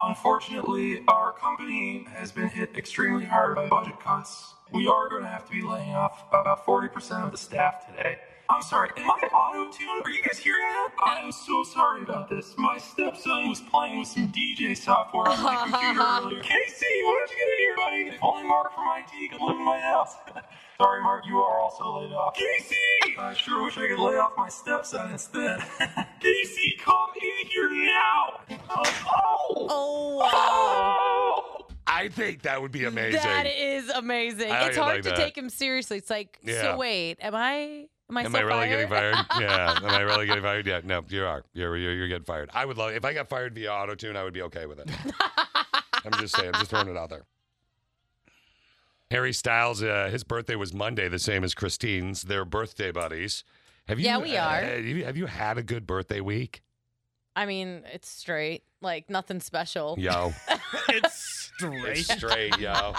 K: Unfortunately, our company has been hit extremely hard by budget cuts. We are going to have to be laying off about 40% of the staff today. I'm sorry, am I auto tuned? Are you guys hearing that? I am so sorry about this. My stepson was playing with some DJ software on my computer (laughs) earlier. Casey, why don't you get in here, buddy? If only Mark from IT could live in my house. (laughs) sorry, Mark, you are also laid off. Casey! I sure wish I could lay off my stepson instead. (laughs) Casey, come in here now! oh.
G: Oh wow.
B: I think that would be amazing.
G: That is amazing.
B: I
G: it's
B: like
G: hard to
B: that.
G: take him seriously. It's like,
B: Yeah.
G: so wait, am I Am I
B: am
G: still
B: I really getting
G: fired?
B: fired?
G: (laughs)
B: yeah. Am I really getting fired? Yeah. No, you are. You're, you're, you're getting fired. I would love if I got fired via auto tune. I would be okay
G: (laughs)
B: with it. I'm just saying. I'm just throwing it out there. Harry Styles, uh, his birthday was Monday, the same as Christine's. They're birthday buddies. Have you?
G: Yeah, we are.
B: uh, have, you, have you had a good birthday
G: (laughs)
B: week?
G: I mean, it's straight. Like nothing special.
B: Yo,
A: it's straight.
B: it's straight, yo.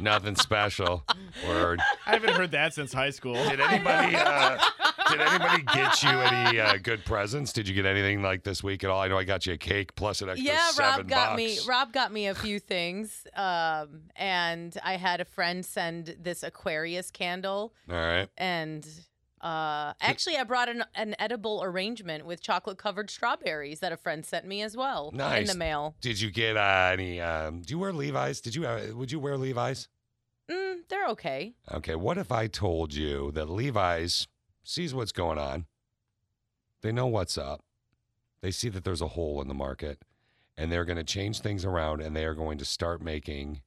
B: Nothing
G: (laughs)
B: special. Word.
A: I haven't heard that since high school.
B: Did anybody uh, did anybody get you any uh, good presents? Did you get anything like this week at all? I know I got you a cake plus an extra
G: yeah,
B: seven
G: Rob got
B: bucks.
G: me. Rob got me a few things, um, and I had a friend send this Aquarius candle,
B: All right.
G: and uh, actually, I brought an, an edible arrangement with chocolate covered strawberries that a friend sent me as well in
B: Nice.
G: the mail.
B: Did you get uh, any? Um, do you wear Levi's? Did you? Uh, would you wear Levi's?
G: Mm, they're okay.
B: Okay. What if I told you that Levi's sees what's going on? They know what's up. They see that there's a hole in the market, and they're going to change things around, and they are going to start making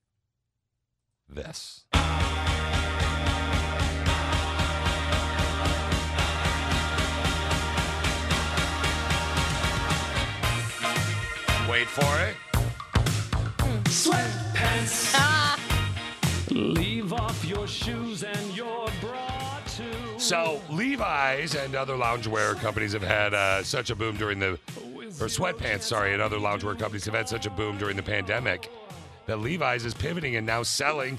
B: this. Wait for it.
L: Sweatpants.
G: Ah.
L: Leave off your shoes and your bra too.
B: So Levi's and other loungewear companies have had uh, such a boom during the, or sweatpants, sorry, and other loungewear companies have had such a boom during the pandemic that Levi's is pivoting and now selling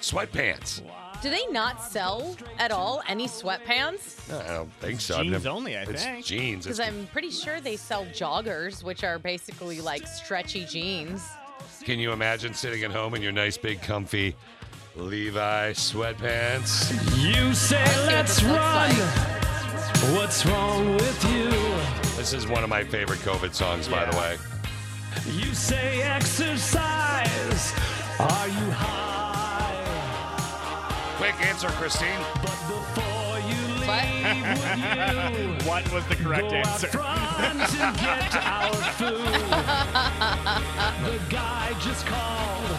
B: sweatpants.
G: Do they not sell at all any sweatpants?
B: I don't think so. I've
A: Jeans
B: never-
A: only, I
B: it's
A: think.
B: Jeans.
G: Because
B: It's,
G: I'm pretty sure they sell joggers, which are basically like stretchy jeans.
B: can you imagine sitting at home in your nice big comfy Levi sweatpants?
L: You say let's run. What's wrong with you?
B: This is one of my favorite COVID songs, by the way.
L: You say exercise. Are you high?
B: Quick answer, Christine.
L: Before you leave, would you
A: What was the (laughs) correct
L: go out
A: answer?
L: front and get our food? The guy just called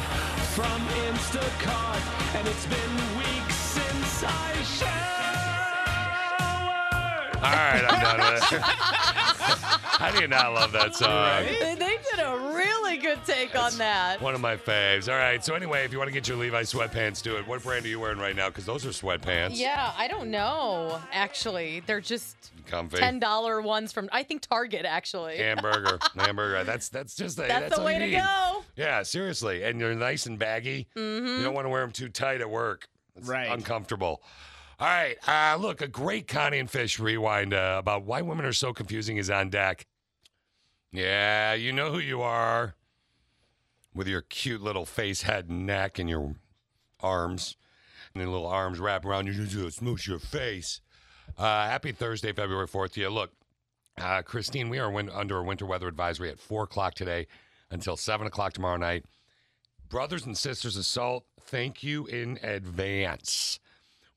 L: from Instacart, and it's been weeks since I showered.
B: All right, I'm done
A: (laughs)
B: with it. How do you not love that song?
G: They they did a really good take on that.
B: One of my faves. All right. So anyway, if you want to get your Levi's sweatpants, do it. What brand are you wearing right now? Because those are sweatpants.
G: Yeah, I don't know. Actually, they're just
B: Comfy.
G: ten dollar ones from I think Target. Actually, (laughs)
B: Hamburger. Hamburger. That's that's just the,
G: that's, the
B: all you
G: way to
B: need.
G: go.
B: Yeah, seriously. And they're nice and baggy.
G: Mm-hmm.
B: You don't want to wear them too tight at work. It's
A: Right.
B: Uncomfortable. All right. Uh, look, a great Connie and Fish rewind uh, about why women are so confusing is on deck. Yeah, you know who you are with your cute little face, head, and neck, and your arms, and your little arms wrap around you. Just smoosh your face. Uh, happy Thursday, February 4th to you. Look, uh, Christine, we are win- under a winter weather advisory at 4 o'clock today until 7 o'clock tomorrow night. Brothers and sisters, assault, thank you in advance.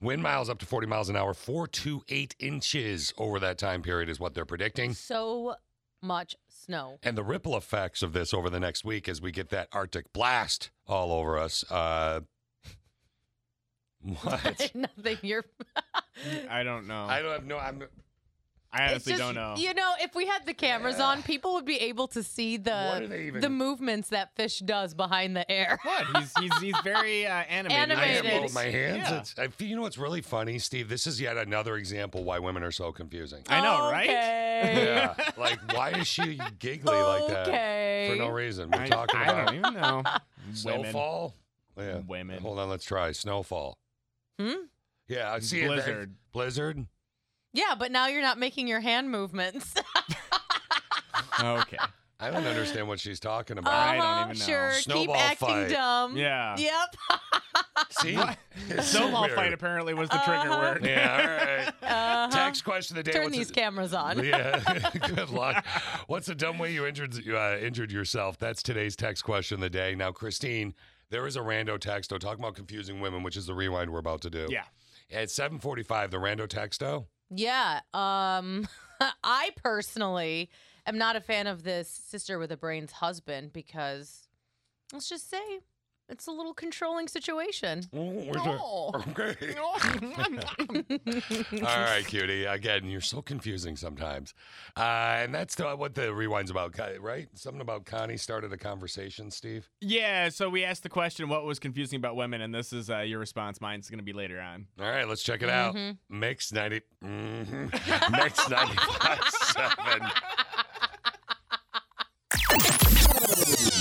B: Wind miles up to 40 miles an hour, four to eight inches over that time period is what they're predicting.
G: So much snow. (laughs)
B: And the ripple effects of this over the next week as we get that Arctic blast all over us. Uh, (laughs) what?
G: Nothing. You're.
A: I don't know.
B: I
A: I,
B: don't have no. I'm,
G: It's
A: honestly
G: just-
A: don't know.
G: You know, if we had the cameras on, people would be able to see
B: What are they
G: the
B: even-
G: the movements that fish does behind the
B: (laughs)
G: air.
A: What? He's he's, he's very uh, animated.
B: I
G: Animated.
B: am
G: Animated.
B: holding my hands.
A: Yeah.
B: It's, I, you know what's really funny, Steve? This is yet another example why women are so
G: (laughs)
B: confusing.
A: I know, right?
G: Oh, Okay.
B: yeah. Like, why is she giggly like that
G: okay.
B: for no reason? We're
A: I,
B: talking
A: I
B: about
A: don't even
B: (laughs)
A: know.
B: snowfall. Yeah.
A: Women.
B: Hold on, let's try snowfall.
G: Hmm?
B: Yeah, I see it.
A: Blizzard.
B: Blizzard.
G: Yeah, but now you're not making your hand movements.
A: Women.
B: (laughs)
A: Okay.
B: I don't understand what she's
G: (laughs)
B: talking
A: I
B: about.
A: don't
G: Uh-huh,
A: even know.
G: Sure,
B: Snowball
G: keep acting
B: fight.
G: dumb.
A: Yeah.
G: Yep.
A: (laughs)
B: see, It's so
A: Snowball
B: weird.
A: fight apparently was the trigger
G: Uh-huh.
A: word.
B: Yeah. All right.
G: (laughs) Uh-huh.
B: Text question of the day.
G: Turn
B: What's
G: these
B: a-
G: cameras (laughs) on.
B: Yeah, (laughs) good luck. What's a dumb way you injured uh, injured yourself? That's today's text question of the day. Now, Christine, there is a rando texto talking about confusing women, which is the rewind we're about to do.
A: Yeah.
B: At 7:45, the rando texto.
G: Yeah. Um, (laughs) I personally am not a fan of this sister with a brain's husband because let's just say It's a little controlling situation.
B: Oh, Okay. All right, cutie. Again, you're so confusing sometimes. Uh, and that's the, what the rewind's about, Con- right? Something about Connie started a conversation, Steve.
A: (laughs) Yeah, so we asked the question what was confusing about women, and this is uh, your response. Mine's going to be later on.
B: All right, let's check it out.
A: Mhm.
B: Mix 90. mhm. (laughs) Mix 95 7.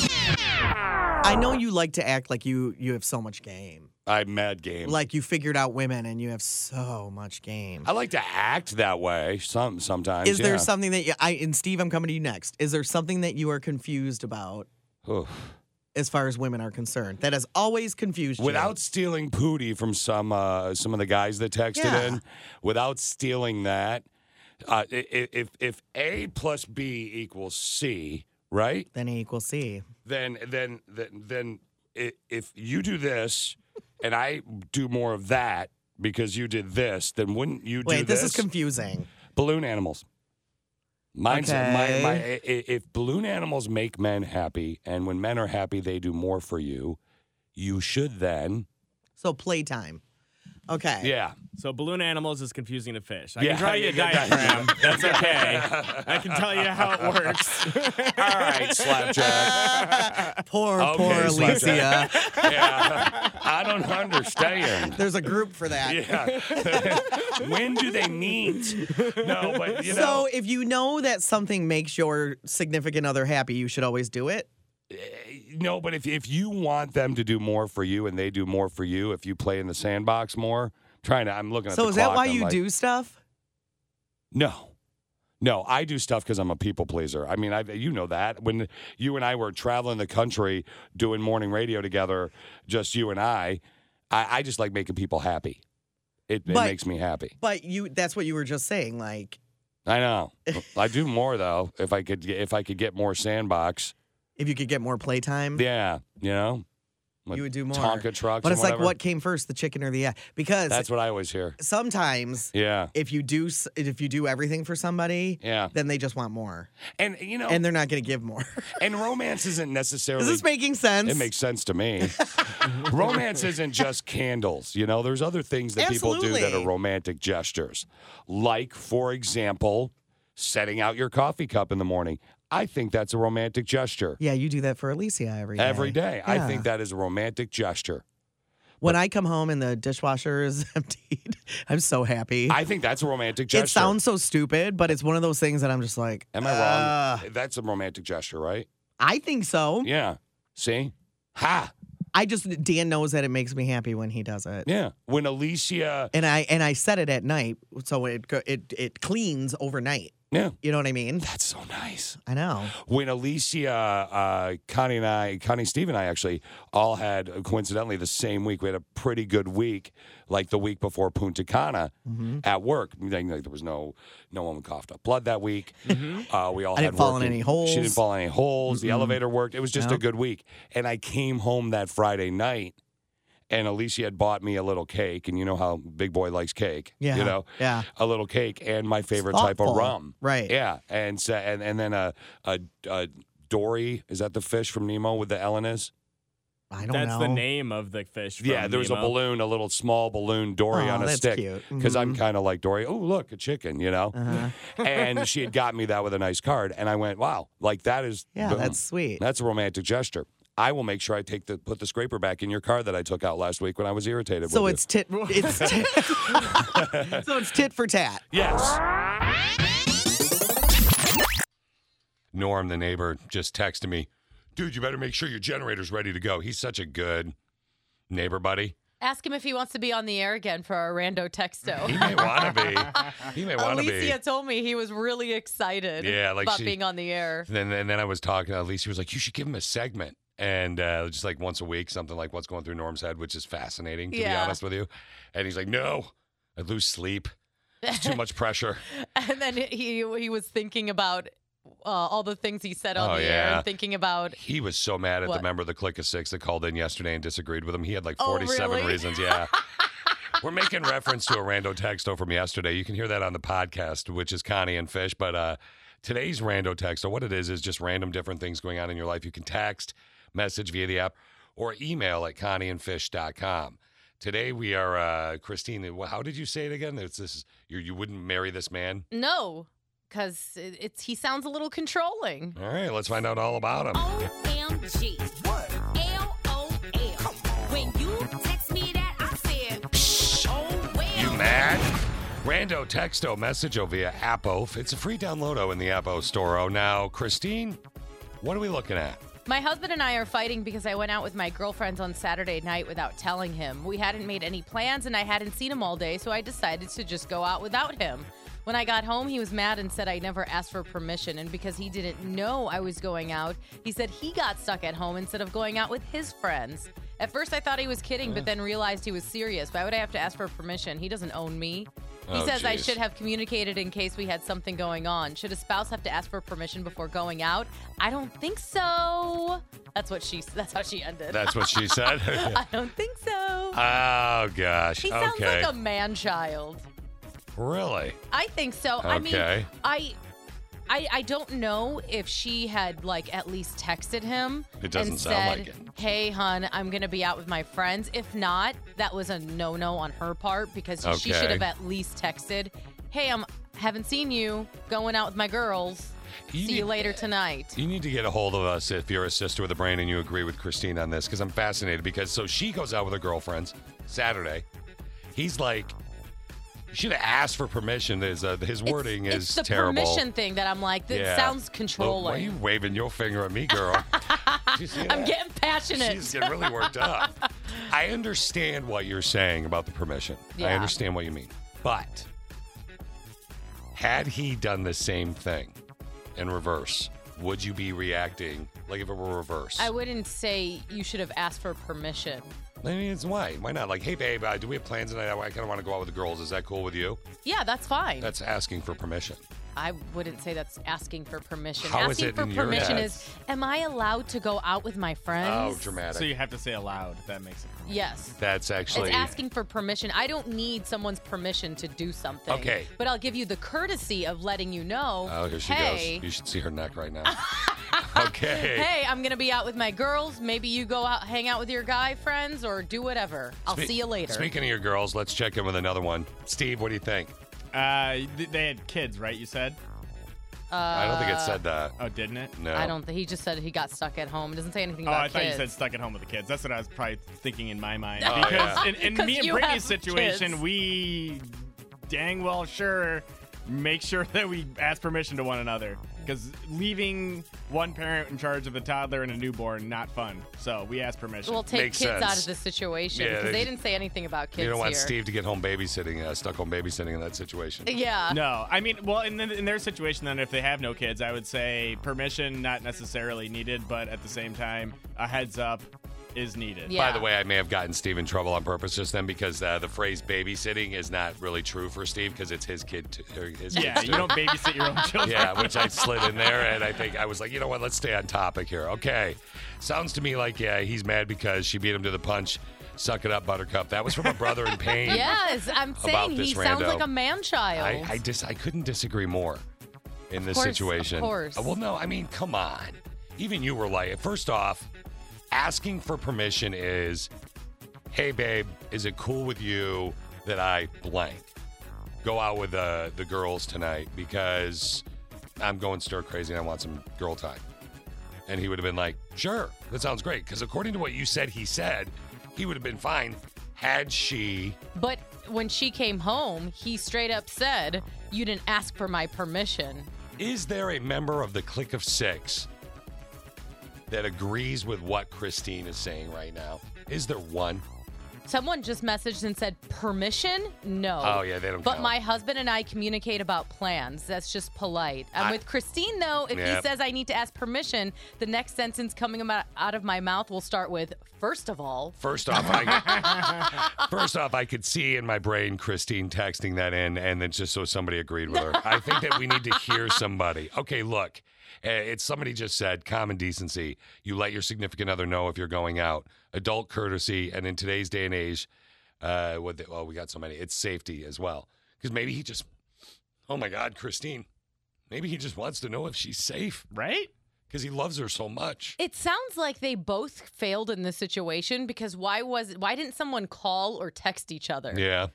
M: I know you like to act like you you have so much game.
B: I'm mad game.
M: Like you figured out women and you have so much game.
B: I like to act that way some, sometimes.
M: Is there
B: yeah.
M: something that you I and Steve, I'm coming to you next. Is there something that you are confused about
B: Oof.
M: as far as women are concerned? That has always confused you.
B: Without stealing Pootie from some uh, some of the guys that texted
M: Yeah.
B: in, without stealing that, uh, i- i- if if A plus B equals C, right?
M: Then A equals C.
B: Then then then then i- if you do this and I do more of that because you did this, then wouldn't you do
M: Wait,
B: this?
M: this is confusing.
B: Balloon animals. Mine's my,
M: Okay.
B: my, i- i- if balloon animals make men happy, and when men are happy, they do more for you. You should then.
M: So playtime. Okay.
B: Yeah.
N: So balloon animals is confusing to fish. I
B: (laughs) Yeah,
N: can draw you a
B: yeah, yeah,
N: diagram.
B: yeah.
N: That's okay. I can tell you how
B: (laughs)
N: it works.
B: All right, Slapjack.
M: (laughs) poor,
B: Okay,
M: poor Alicia.
B: Slapjack. (laughs) yeah, I don't understand.
M: There's a group for that.
B: Yeah. (laughs) when do they meet? No, but you know.
M: so if you know that something makes your significant other happy, you should always do it.
B: No, but if if you want them to do more for you and they do more for you, if you play in the sandbox more, trying to, I'm looking at
M: So
B: the
M: is that
B: clock,
M: why
B: I'm
M: you
B: like,
M: do stuff?
B: No. No, I do stuff because I'm a people pleaser. I mean, I you know that when you and I were traveling the country doing morning radio together, just you and I, I, I just like making people happy. It, it
M: But-
B: makes me happy.
M: But you that's what you were just saying like
B: I know. I do more though. If I could, get, if I could get more sandbox,
M: if you could get more playtime,
B: yeah, you know, Like
M: you would do more.
B: Tonka trucks.
M: But
B: and
M: it's like
B: whatever.
M: what came first, the chicken or the egg? Because
B: That's what I always hear.
M: sometimes
B: Yeah.
M: if you do s- if you do everything for somebody,
B: Yeah.
M: then they just want more.
B: And you know,
M: And they're not going to give more. (laughs)
B: and romance isn't necessarily.
M: Is this making sense?
B: It makes sense to
M: (laughs)
B: me. romance isn't just candles. You know, there's other things that people do that
M: Absolutely.
B: are romantic gestures. Like, for example, setting out your coffee cup in the morning. I think that's a romantic gesture.
M: Yeah, you do that for Alicia every day.
B: Every day. I
M: Yeah.
B: think that is a romantic gesture.
M: when I come home and the dishwasher is (laughs) emptied, I'm so happy.
B: I think that's a romantic gesture.
M: It sounds so stupid, but it's one of those things that I'm just like,
B: Am I
M: uh,
B: wrong? That's a romantic gesture, right?
M: I think so.
B: Yeah. See? Ha!
M: I just Dan knows that it makes me happy when he does it.
B: Yeah. When Alicia.
M: And I and I set it at night, so it go- it it cleans overnight.
B: Yeah.
M: You know what I mean?
B: That's so nice.
M: I know.
B: when Alicia, uh, Connie, and I, Connie, Steve, and I actually all had uh, coincidentally the same week. We had a pretty good week, like the week before Punta Cana
M: Mm-hmm.
B: at work. Like, like, there was no no one coughed up blood that week. Uh, we all
M: Mm-hmm. I
B: had
M: didn't fall in
B: working- She
M: any
B: didn't
M: holes.
B: fall in any holes. The
M: Mm-mm.
B: elevator worked. It was just a
M: Nope.
B: good week. And I came home that Friday night. And Alicia had bought me a little cake, and you know how big boy likes cake.
M: Yeah,
B: You know?
M: yeah.
B: A little cake and my favorite type of
M: thoughtful.
B: rum.
M: Right.
B: Yeah, and so, and and then a, a a dory is that the fish from Nemo with the Elenas?
M: I
B: don't
N: That's the
B: know.
N: name of the fish. From
B: Yeah, there was a
N: Nemo.
B: balloon, a little small balloon
M: Oh,
B: dory
N: Aw,
B: on a
N: that's
B: stick.
N: cute.
B: Because I'm
M: Mm-hmm.
B: kind of like Dory. Oh, look, a chicken, you know.
M: Uh. Uh-huh.
B: and she had got me that with a nice card, and I went, wow, like that is
M: Yeah,
B: boom.
M: that's sweet.
B: That's a romantic gesture. I will make sure I take the put the scraper back in your car that I took out last week when I was irritated.
M: So
B: with
M: it's tit.
B: (laughs)
M: It's tit. so it's tit (laughs) for tat.
B: you. yes. Norm, the neighbor, just texted me, dude, you better make sure your generator's ready to go. He's such a good neighbor buddy.
G: (laughs) Ask him if he wants to be on the air again for our rando texto.
B: He may want to be. He may want to be.
G: Alicia told me he was really excited
B: Yeah, like
G: about
B: she-
G: being on
B: (laughs)
G: the air.
B: Then, and then I was talking to Elise. She was like, you should give him a segment. And uh, just like once a week, something like what's going through Norm's head, which is fascinating, to
G: Yeah.
B: be honest with you. And he's like, no, I lose sleep. It's
G: (laughs)
B: too much pressure.
G: And then he he was thinking about uh, all the things he said on
B: Oh,
G: the air
B: yeah.
G: and thinking about
B: He was so mad at the
G: What?
B: member of the Click of Six that called in yesterday and disagreed with him. He had like
G: Oh,
B: 47
G: really?
B: reasons. Yeah. (laughs) We're making reference to a rando texto from yesterday. You can hear that on the podcast, which is Connie and Fish. But uh, today's rando texto, what it is, is just random different things going on in your life. You can text, message via the app, or email at connieandfish.com. Today we are, uh, Christine, wh- how did you say it again? It's this, you, you wouldn't marry this man?
G: No, because it's he sounds a little controlling.
B: All right, let's find out all about him.
F: Oh, OMG. What? LOL. When you text me that, I said, oh, well.
B: You mad? Rando texto messageo via Appo. It's a free downloado in the Appo store. Now, Christine, what are we looking at?
G: My husband and I are fighting because I went out with my girlfriends on Saturday night without telling him. We hadn't made any plans and I hadn't seen him all day, so I decided to just go out without him. When I got home, he was mad and said I never asked for permission. And because he didn't know I was going out, he said he got stuck at home instead of going out with his friends. At first, I thought he was kidding, but then realized he was serious. Why would I have to ask for permission? He doesn't own me. He
B: Oh,
G: says I
B: geez.
G: should have communicated in case we had something going on. Should a spouse have to ask for permission before going out? I don't think so. That's what she. That's how she ended.
B: That's what she said?
G: (laughs)
B: (laughs)
G: I don't think so.
B: Oh, gosh.
G: He sounds
B: okay.
G: like a man child.
B: really?
G: I think so. I mean,
B: Okay.
G: I. I, I don't know if she had like at least texted him
B: It doesn't
G: and
B: sound
G: said,
B: like it.
G: "Hey, hun, I'm gonna be out with my friends." If not, that was a no-no on her part because she should
B: Okay.
G: have at least texted, "Hey, I'm haven't seen you. Going out with my girls.
B: You
G: See you
B: need-
G: later tonight."
B: You need to get a hold of us if you're a sister with a brain and you agree with Christine on this because I'm fascinated. Because so she goes out with her girlfriends Saturday. He's like, you should have asked for permission. There's a, his wording
G: it's
B: is
G: the
B: terrible.
G: permission thing that I'm like, that
B: Yeah.
G: sounds
B: Look, why are
G: controlling.
B: you waving your finger at me,
G: (laughs)
B: girl? She's,
G: I'm getting passionate.
B: She's getting really worked up.
G: (laughs)
B: I understand what you're saying about the permission. I
G: Yeah.
B: understand what you mean. But had he done the same thing in reverse, would you be reacting like if it were reverse?
G: I wouldn't say you should have asked for permission.
B: I mean, it's why? Why not? Like, hey, babe, uh, do we have plans tonight? I kind of want to go out with the girls. Is that cool with you?
G: Yeah, that's fine.
B: That's asking for permission.
G: I wouldn't say that's asking for permission.
B: How is
G: asking
B: it
G: for
B: in your
G: permission
B: head?
G: is, am I allowed to go out with my friends?
B: Oh, dramatic.
A: So you have to say aloud. That makes it.
G: Yes.
B: That's actually.
G: it's asking for permission. I don't need someone's permission to do something.
B: Okay.
G: But I'll give you the courtesy of letting you know.
B: Oh, here she
G: hey,
B: goes. You should see her neck right
G: (laughs)
B: now. okay.
G: Hey, I'm gonna be out with my girls. Maybe you go out, hang out with your guy friends, or do whatever. I'll
B: Spe-
G: see you later.
B: Speaking of your girls, let's check in with another one. Steve, what do you think?
A: Uh, th- they had kids, right? You said.
G: uh,
B: I don't think it said that.
A: Oh, didn't it?
B: No.
G: I don't. Th- he just said he got stuck at home. It doesn't say anything
A: Oh,
G: about
A: I thought you
G: kids.
A: said stuck at home with the kids. That's what I was probably thinking in my mind.
B: Oh,
A: because
B: yeah.
A: in, in
G: 'Cause
A: me and
G: you
A: Brittany's
G: have
A: situation,
G: kids.
A: we dang well sure make sure that we ask permission to one another. Because leaving one parent in charge of a toddler and a newborn, not fun. So we ask permission.
G: We'll take
B: Makes
G: kids out
B: sense.
G: of the situation
B: Yeah,
G: because
B: they-
G: they, didn't say anything about kids
B: you don't want
G: here.
B: Steve to get home babysitting, uh, stuck on babysitting in that situation.
G: (laughs) Yeah.
A: No, I mean, well, in, in their situation, then if they have no kids, I would say permission not necessarily needed, but at the same time, a heads up is needed.
B: By the way, I may have gotten Steve in trouble on purpose just then because uh, the phrase babysitting is not really true for Steve because it's his kid. T- or his
A: Yeah,
B: kids
A: you
B: too.
A: don't babysit your own children.
B: Yeah, which I slid in there, and I think I was like, you know what? Let's stay on topic here. Okay, sounds to me like yeah, he's mad because she beat him to the punch. Suck it up, Buttercup. That was from a brother in pain.
G: (laughs) Yes, I'm
B: About
G: saying he
B: this
G: sounds
B: rando.
G: like a man child.
B: I, I just I couldn't disagree more in this
G: course, of
B: situation.
G: course.
B: Uh, Well, no, I mean, come on. Even you were like, first off, asking for permission is, hey babe, is it cool with you that I blank go out with uh, the girls tonight because I'm going stir crazy and I want some girl time. And he would have been like, sure, that sounds great. Because according to what you said, he said he would have been fine had she
G: but when she came home, he straight up said, "You didn't ask for my permission."
B: Is there a member of the Click of Six that agrees with what Christine is saying right now? Is there one?
G: Someone just messaged and said, "Permission? No."
B: Oh, yeah, they don't
G: But
B: count.
G: my husband and I communicate about plans. That's just polite. I'm
B: I-
G: with Christine though. If
B: Yeah.
G: he says I need to ask permission, the next sentence coming about- out of my mouth will start with, first of all."
B: First off, I first off, I could (laughs) see in my brain Christine texting that in, and then just so somebody agreed with her. I think that we need to hear somebody. Okay, look, eh, it's somebody just said common decency. You let your significant other know if you're going out. Adult courtesy, and in today's day and age, uh, what? The, oh, we got so many. It's safety as well, because maybe he just. Oh my God, Christine, maybe he just wants to know if she's safe.
A: Right?
B: because he loves her so much.
G: It sounds like they both failed in this situation because why was why didn't someone call or text each other?
B: Yeah.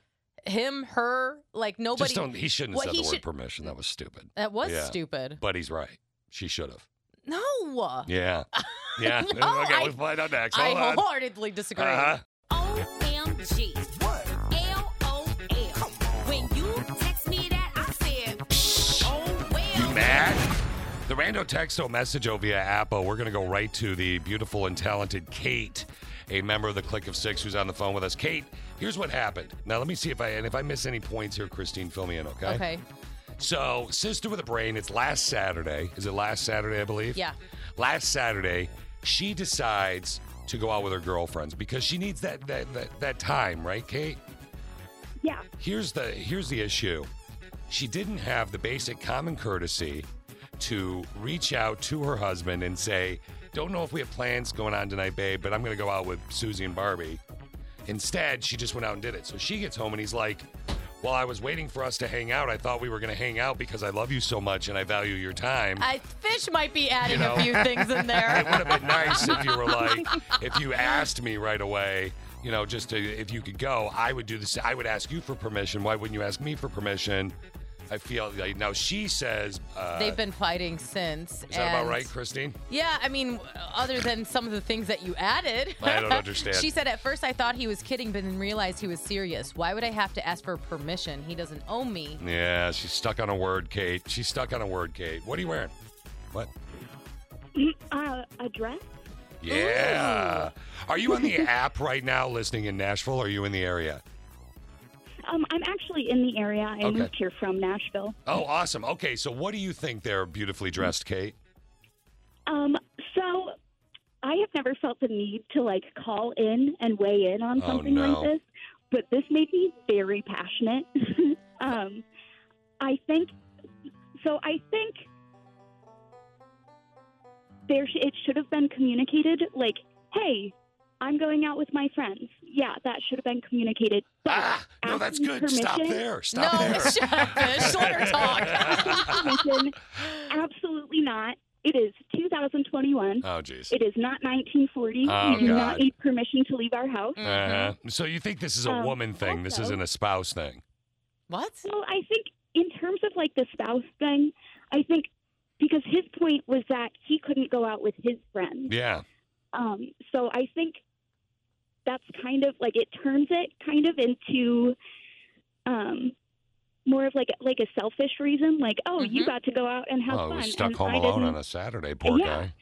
G: Him, her, like nobody.
B: Just don't. He shouldn't have said
G: What he
B: the word
G: should-
B: permission. That was stupid.
G: That was
B: Yeah.
G: stupid.
B: But he's right. She should have.
G: No. (laughs)
B: Yeah. Yeah.
G: Oh. No,
B: okay,
G: I-
B: we'll find out next.
G: I
B: Hold on.
G: wholeheartedly disagree.
B: Uh-huh.
F: OMG. L O L. When you text me that, I said, oh well.
B: You mad? The Rando Texto Messageo via Apple. We're going to go right to the beautiful and talented Kate, a member of the Click of Six, who's on the phone with us. Kate, here's what happened. Now let me see if I and if I miss any points here, Christine, fill me in, okay?
G: Okay.
B: So, Sister with a Brain, it's last Saturday. Is it last Saturday, I believe?
G: Yeah.
B: Last Saturday, she decides to go out with her girlfriends because she needs that that that, that time, right, Kate?
E: Yeah.
B: Here's the here's the issue. She didn't have the basic common courtesy to reach out to her husband and say, "Don't know if we have plans going on tonight, babe, but I'm going to go out with Susie and Barbie." Instead, she just went out and did it. So she gets home and he's like, "While I was waiting for us to hang out, I thought we were going to hang out because I love you so much and I value your time."
G: I, fish might be adding
B: know?
G: a few
B: (laughs)
G: things in there.
B: it would have been nice if you were like, if you asked me right away, you know, just to, if you could go, I would do this. I would ask you for permission. Why wouldn't you ask me for permission? I feel like now she says, uh,
G: They've been fighting since.
B: is that about
G: and-
B: right, Christine?
G: Yeah, I mean, other than some of the things that you added.
B: I
G: (laughs)
B: don't understand.
G: she said, at first I thought he was kidding, but then realized he was serious. Why would I have to ask for permission? He doesn't owe me.
B: Yeah, she's stuck on a word, Kate. She's stuck on a word, Kate. What are you wearing? What?
E: Uh, a dress?
B: Yeah. Are you on the
E: (laughs)
B: app right now listening in Nashville? Or are you in the area?
E: Um, I'm actually in the area. I
B: Okay.
E: moved here from Nashville.
B: Oh, awesome. Okay, so what do you think they're beautifully dressed, Kate?
E: Um, so I have never felt the need to like call in and weigh in on
B: Oh,
E: something
B: no.
E: like this, but this made me very passionate. (laughs) um, I think so. I think there sh- it should have been communicated like, "Hey, I'm going out with my friends." Yeah, that should have been communicated. But
B: Ah, No, that's
E: asking
B: good. Stop
E: permission-
B: there. Stop
E: No,
G: (laughs)
B: there. Uh-huh.
E: shut
B: (laughs)
E: Listen, absolutely not. It is 2021.
B: Oh, jeez.
E: It is not 1940.
B: Oh,
E: we do
B: God.
E: not need permission to leave our house.
G: Mm-hmm.
B: Uh-huh. So you think this is a
E: Um,
B: woman thing? this
E: also-
B: isn't a spouse thing.
G: What?
E: Well, I think in terms of like the spouse thing, I think because his point was that he couldn't go out with his friends.
B: Yeah.
E: Um, so I think that's kind of like it turns it kind of into um, more of like like a selfish reason, like oh you got to go out and have
B: Oh,
E: fun.
B: he Mm-hmm. was stuck
E: and
B: home
E: I
B: alone
E: didn't.
B: on a Saturday. Poor
E: Yeah.
B: guy.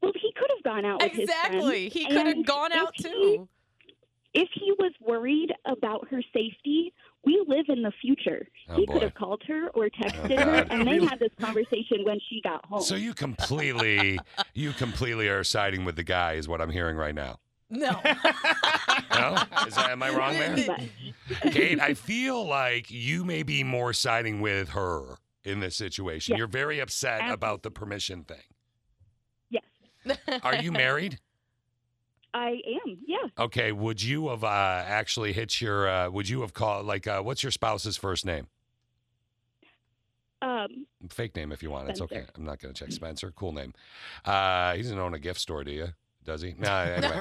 E: Well, he could have gone out with
G: Exactly.
E: his friends.
G: He could have
E: And
G: gone
E: if
G: out
E: he-
G: too.
E: if he was worried about her safety, we live in the future.
B: Oh,
E: he
B: boy.
E: could have called her or texted
B: Oh,
E: her,
B: God.
E: and
B: (laughs)
E: they had this conversation when she got home.
B: So you completely, you completely are siding with the guy, is what I'm hearing right now.
E: (laughs)
G: No. (laughs)
B: No, is that, am I wrong (laughs) there? Kate, I feel like you may be more siding with her in this situation.
E: Yes.
B: You're very upset about the permission thing.
E: Yes,
B: Are you married?
E: I am. Yeah.
B: Okay. Would you have uh, actually hit your? Uh, would you have called? Like, uh, what's your spouse's first name?
E: Um,
B: Fake name if you want. It's okay.
E: Spencer.
B: I'm not going to check Spencer. Cool name. Uh, he doesn't own a gift store, do you? Does he?
E: (laughs)
B: No. Anyway,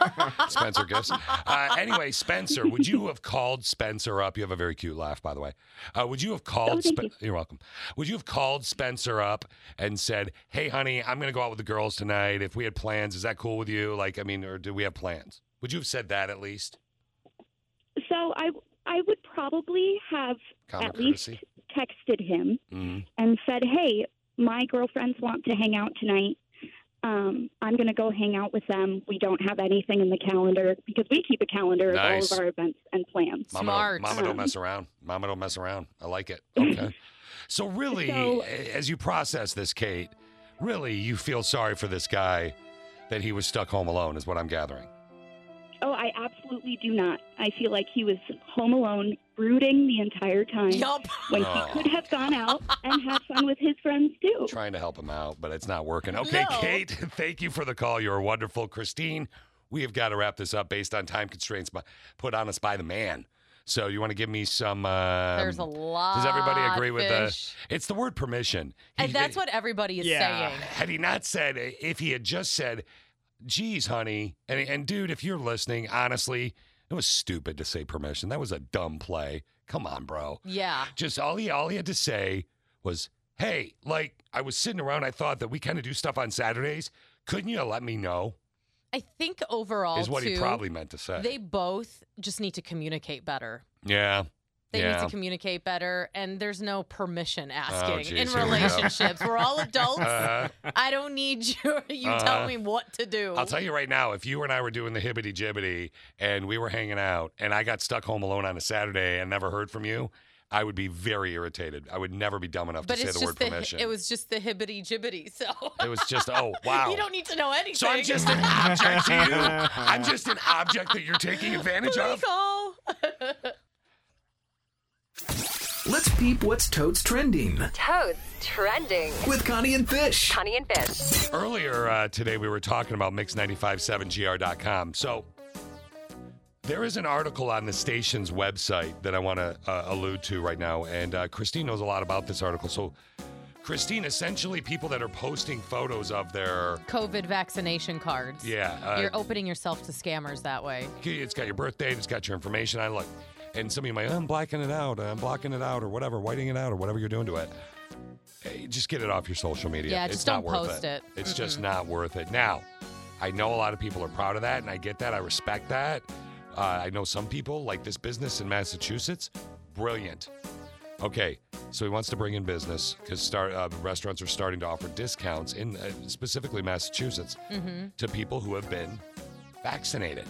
B: Spencer gifts. Uh, anyway, Spencer, would you have called Spencer up? You have a very cute laugh, by the way. Uh, would you have called?
E: thank you.
B: are welcome. Would you have called Spencer up and said, "Hey, honey, I'm going to go out with the girls tonight. If we had plans, is that cool with you? Like, I mean, or do we have plans? Would you have said that at least?
E: So I I would probably have
B: Common
E: at least
B: courtesy.
E: texted him
B: Mm-hmm.
E: and said, "Hey, my girlfriends want to hang out tonight. Um, I'm going to go hang out with them. We don't have anything in the calendar because we keep a calendar
B: Nice.
E: of all of our events and plans."
B: Mama Don't, mama don't mess around. Mama don't mess around. I like
G: (laughs)
B: it. Okay. so really,
E: So-
B: a- as you process this, Kate, really you feel sorry for this guy that he was stuck home alone, is what I'm gathering.
E: Oh, I absolutely do not. I feel like he was home alone, brooding the entire time
G: Yup.
E: when
B: Oh.
E: he could have gone out and had fun with his friends too.
B: Trying to help him out, but it's not working. Okay,
E: No.
B: Kate, (laughs) thank you for the call. You're wonderful, Christine. We have got to wrap this up based on time constraints, but put on us by the man. So you want to give me some? Um,
G: There's a lot.
B: Does everybody agree with
G: fish.
B: the? It's the word permission.
G: And that's what everybody is saying.
B: Had he not said, if he had just said, "Geez, honey," and and dude, if you're listening, honestly, it was stupid to say permission. That was a dumb play. Come on, bro.
G: Yeah.
B: Just all he all he had to say was, "Hey, like I was sitting around, I thought that we kind of do stuff on Saturdays. Couldn't you let me know?"
G: I think overall
B: Is what he
G: too,
B: probably meant to say.
G: They both just need to communicate better.
B: Yeah.
G: They
B: yeah. Oh,
G: need to communicate better, and there's no permission asking in
B: geez, here we go.
G: relationships. We're
B: (laughs)
G: all adults.
B: Uh-huh.
G: I don't need (laughs) you. You
B: Uh-huh.
G: tell me what to do.
B: I'll tell you right now, if you and I were doing the hibbity jibbity and we were hanging out and I got stuck home alone on a Saturday and never heard from you, I would be very irritated. I would never be dumb enough
G: But
B: to say
G: it's
B: the
G: just
B: word
G: the,
B: permission.
G: it was just the hibbity jibbity. So
B: It was just, oh, wow.
G: (laughs) you don't need to know anything.
B: so I'm just an object to you. I'm just an object that you're taking
G: (laughs)
B: advantage of.
G: Rico.
I: Let's peep what's totes trending
J: Toads trending.
I: with Connie and Fish.
J: Connie and Fish.
B: Earlier uh, today, we were talking about mix957gr.com. So there is an article on the station's website that I want to uh, allude to right now. And uh, Christine knows a lot about this article. So, Christine, essentially, people that are posting photos of their.
G: COVID vaccination cards.
B: Yeah. uh,
G: You're opening yourself to scammers that way.
B: it's got your birthday, it's got your information. I look, and some of you might, I'm blacking it out, I'm blocking it out, or whatever, whiting it out, or whatever you're doing to it. Hey, just get it off your social media.
G: Yeah,
B: it's
G: just
B: not
G: don't
B: worth
G: post
B: it.
G: it.
B: It's just not worth it. Now, I know a lot of people are proud of that, and I get that. I respect that. Uh, I know some people like this business in Massachusetts. Brilliant. Okay, so he wants to bring in business because start uh, restaurants are starting to offer discounts in uh, specifically Massachusetts
G: Mm-hmm.
L: Mhm.
B: to people who have been vaccinated.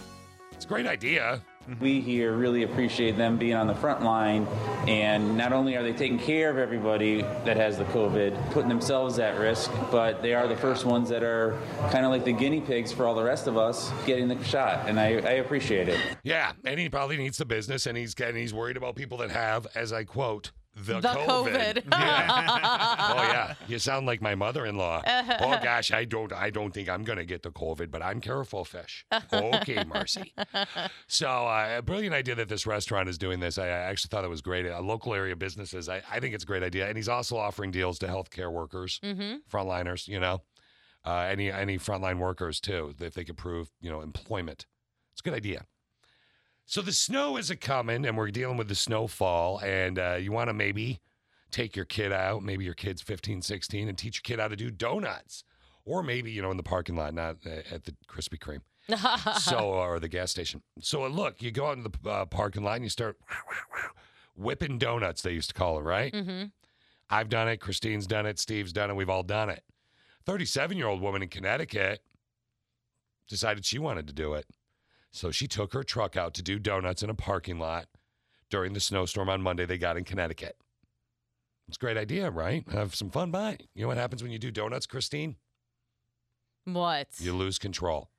B: It's a great idea.
O: We here really appreciate them being on the front line, and not only are they taking care of everybody that has the COVID, putting themselves at risk, but they are the first ones that are kind of like the guinea pigs for all the rest of us getting the shot, and I, I appreciate it.
B: Yeah, and he probably needs the business, and he's and he's worried about people that have, as I quote, the,
G: The
B: COVID.
G: COVID.
B: Yeah.
G: (laughs)
B: (laughs) oh yeah, you sound like my mother-in-law. oh gosh, I don't, I don't think I'm gonna get the COVID, but I'm careful, fish. Okay, mercy. So uh, a brilliant idea that this restaurant is doing this. I, I actually thought it was great. Uh, local area businesses, I, I think it's a great idea, and he's also offering deals to healthcare workers,
L: Mhm.
B: frontliners, you know, uh, any any frontline workers too, if they could prove you know employment. It's a good idea. So the snow is a coming, and we're dealing with the snowfall. And uh, you want to maybe take your kid out. Maybe your kid's 15, 16, and teach your kid how to do donuts, or maybe you know in the parking lot, not uh, at the Krispy Kreme. Oh, so or the gas station. So uh, look, you go out in the uh, parking lot and you start whipping donuts. They used to call it, right?
G: Mm-hmm.
B: I've done it. Christine's done it. Steve's done it. We've all done it. 37 year old woman in Connecticut decided she wanted to do it. So she took her truck out to do donuts in a parking lot during the snowstorm on Monday they got in Connecticut. It's a great idea, right? Have some fun by it. You know what happens when you do donuts, Christine?
G: What?
B: You lose control.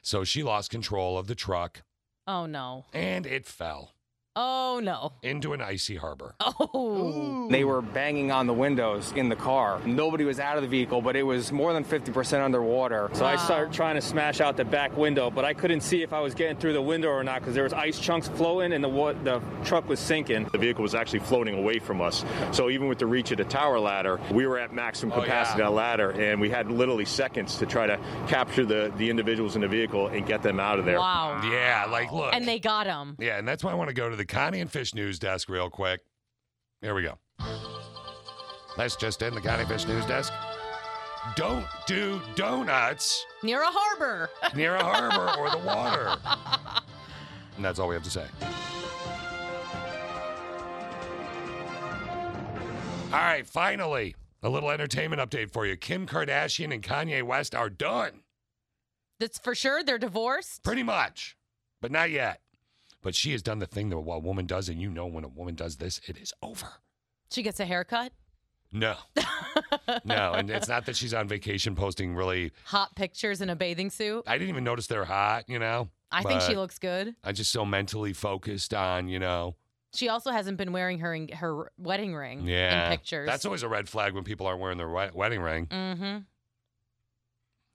B: So she lost control of the truck
G: Oh no.
B: and it fell
G: Oh no. (laughs)
B: into an icy harbor.
G: Oh.
P: They were banging on the windows in the car. Nobody was out of the vehicle, but it was more than 50% underwater. So I
Q: Wow.
P: started trying to smash out the back window, but I couldn't see if I was getting through the window or not because there was ice chunks floating and the wa- the truck was sinking.
Q: The vehicle was actually floating away from us. So even with the reach of the tower ladder, we were at maximum
B: Oh, yeah.
Q: capacity on the ladder, and we had literally seconds to try to capture the, the individuals in the vehicle and get them out of there.
G: Wow.
B: Yeah, like look.
G: And they got him.
B: Yeah, and that's why I want to go to the Connie and Fish news desk real quick. Here we go. That's just in the Connie and Fish news desk. Don't do donuts
G: Near a harbor. (laughs)
B: near a harbor or the water. And that's all we have to say. All right, finally, a little entertainment update for you. Kim Kardashian and Kanye West are done.
G: That's for sure. They're divorced.
B: Pretty much, but not yet. But she has done the thing that a woman does, and you know when a woman does this, it is over.
G: She gets a haircut.
B: No.
G: (laughs)
B: no. And it's not that she's on vacation posting really.
G: Hot pictures in a bathing suit.
B: I didn't even notice they're hot, you know?
G: I think she
B: but
G: looks good.
B: I'm just so mentally focused on, you know?
G: She also hasn't been wearing her en- her wedding ring
B: Yeah.
G: in pictures.
B: That's always a red flag when people aren't wearing their we- wedding ring.
G: Mm-hmm.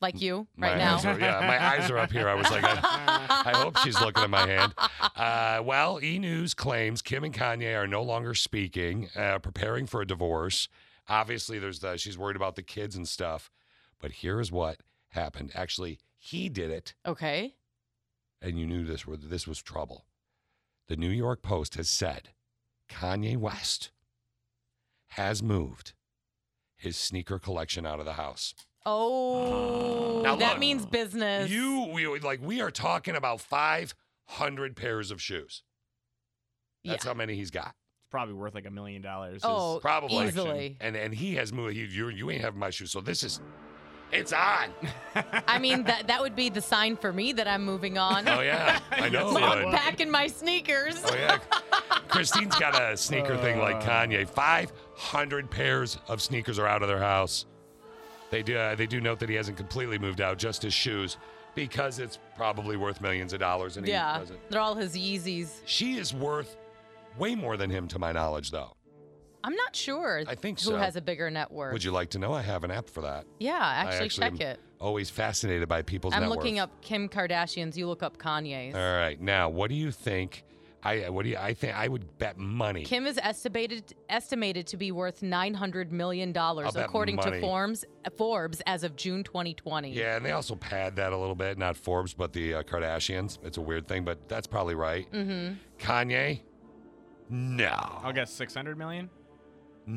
G: like you
B: My
G: right now.
B: eyes are- yeah, my eyes are up here. I was like,
G: (laughs)
B: I, I hope she's looking at my hand. Uh, well, E News claims Kim and Kanye are no longer speaking, uh, preparing for a divorce. Obviously, there's the she's worried about the kids and stuff. But here is what happened. Actually, he did it,
G: Okay.
B: and you knew this were this was trouble. The New York Post has said Kanye West has moved his sneaker collection out of the house.
G: Oh,
B: Now
G: that
B: look,
G: means business.
B: You we like we are talking about 500 pairs of shoes. That's how many he's got.
A: It's probably worth like a million dollars.
G: Oh,
B: Probably
G: easily.
B: And and he has moved. He, you you ain't have my shoes. So this is, it's on.
G: I mean, that that would be the sign for me that I'm moving
B: (laughs) (laughs)
G: on.
B: Oh yeah, I know.
G: I'm
B: bud.
G: packing my sneakers.
B: Oh yeah. Christine's got a sneaker thing like Kanye. 500 pairs of sneakers are out of their house. They do uh, they do note that he hasn't completely moved out, just his shoes, because it's probably worth millions of dollars, and he
G: yeah,
B: doesn't.
G: they're all his Yeezys.
B: She is worth way more than him, to my knowledge, though.
G: I'm not sure.
B: I think
G: who
B: so.
G: has a bigger net worth.
B: Would you like to know? I have an app for that.
G: Yeah,
B: I
G: actually, check
B: am
G: it.
B: Always fascinated by people's
G: I'm
B: net
G: looking
B: worth.
G: up Kim Kardashian's. You look up Kanye's.
B: All right, now what do you think? I uh, what do you? I think I would bet money.
G: Kim is estimated estimated to be worth 900 million dollars,
B: bet
G: according to
B: money.
G: Forbes. Forbes as of June 2020.
B: Yeah, and they also pad that a little bit. Not Forbes, but the uh, Kardashians. It's a weird thing, but that's probably right.
G: Mm-hmm.
B: Kanye, no,
A: I'll guess 600 million?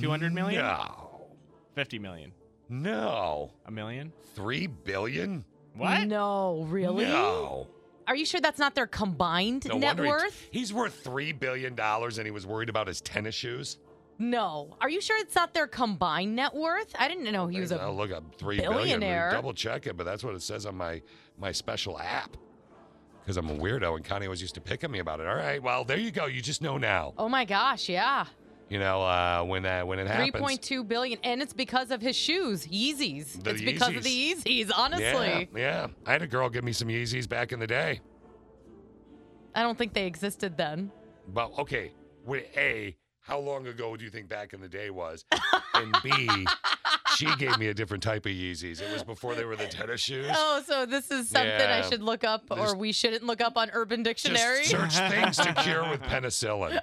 A: 200 Oh, million?
B: No.
A: 50 million?
B: no,
A: A million?
B: three billion.
A: What?
G: No, really?
B: No.
G: Are you sure that's not their combined
B: No
G: net
B: wonder he-
G: worth?
B: he's worth three billion dollars, and he was worried about his tennis shoes.
G: No. Are you sure it's not their combined net worth? I didn't know he was
B: I'll
G: a.
B: look up three billion.
G: billionaire.
B: Double check it, but that's what it says on my my special app. Because I'm a weirdo, and Connie always used to pick on me about it. All right, well there you go. You just know now.
G: Oh my gosh, yeah.
B: You know uh, when that when it happens.
G: 3.2 billion. And it's because of his shoes, Yeezys.
B: The
G: it's because of the Yeezys, honestly.
B: Yeah, yeah. I had a girl give me some Yeezys back in the day,
G: I don't think they existed then.
B: but okay. Wait, a how long ago do you think back in the day was? And B, she gave me a different type of Yeezys. It was before they were the tennis shoes.
G: Oh, so this is something I
B: Yeah.
G: should look up or
B: Just-
G: we shouldn't look up on Urban Dictionary?
B: Just search things to cure with penicillin,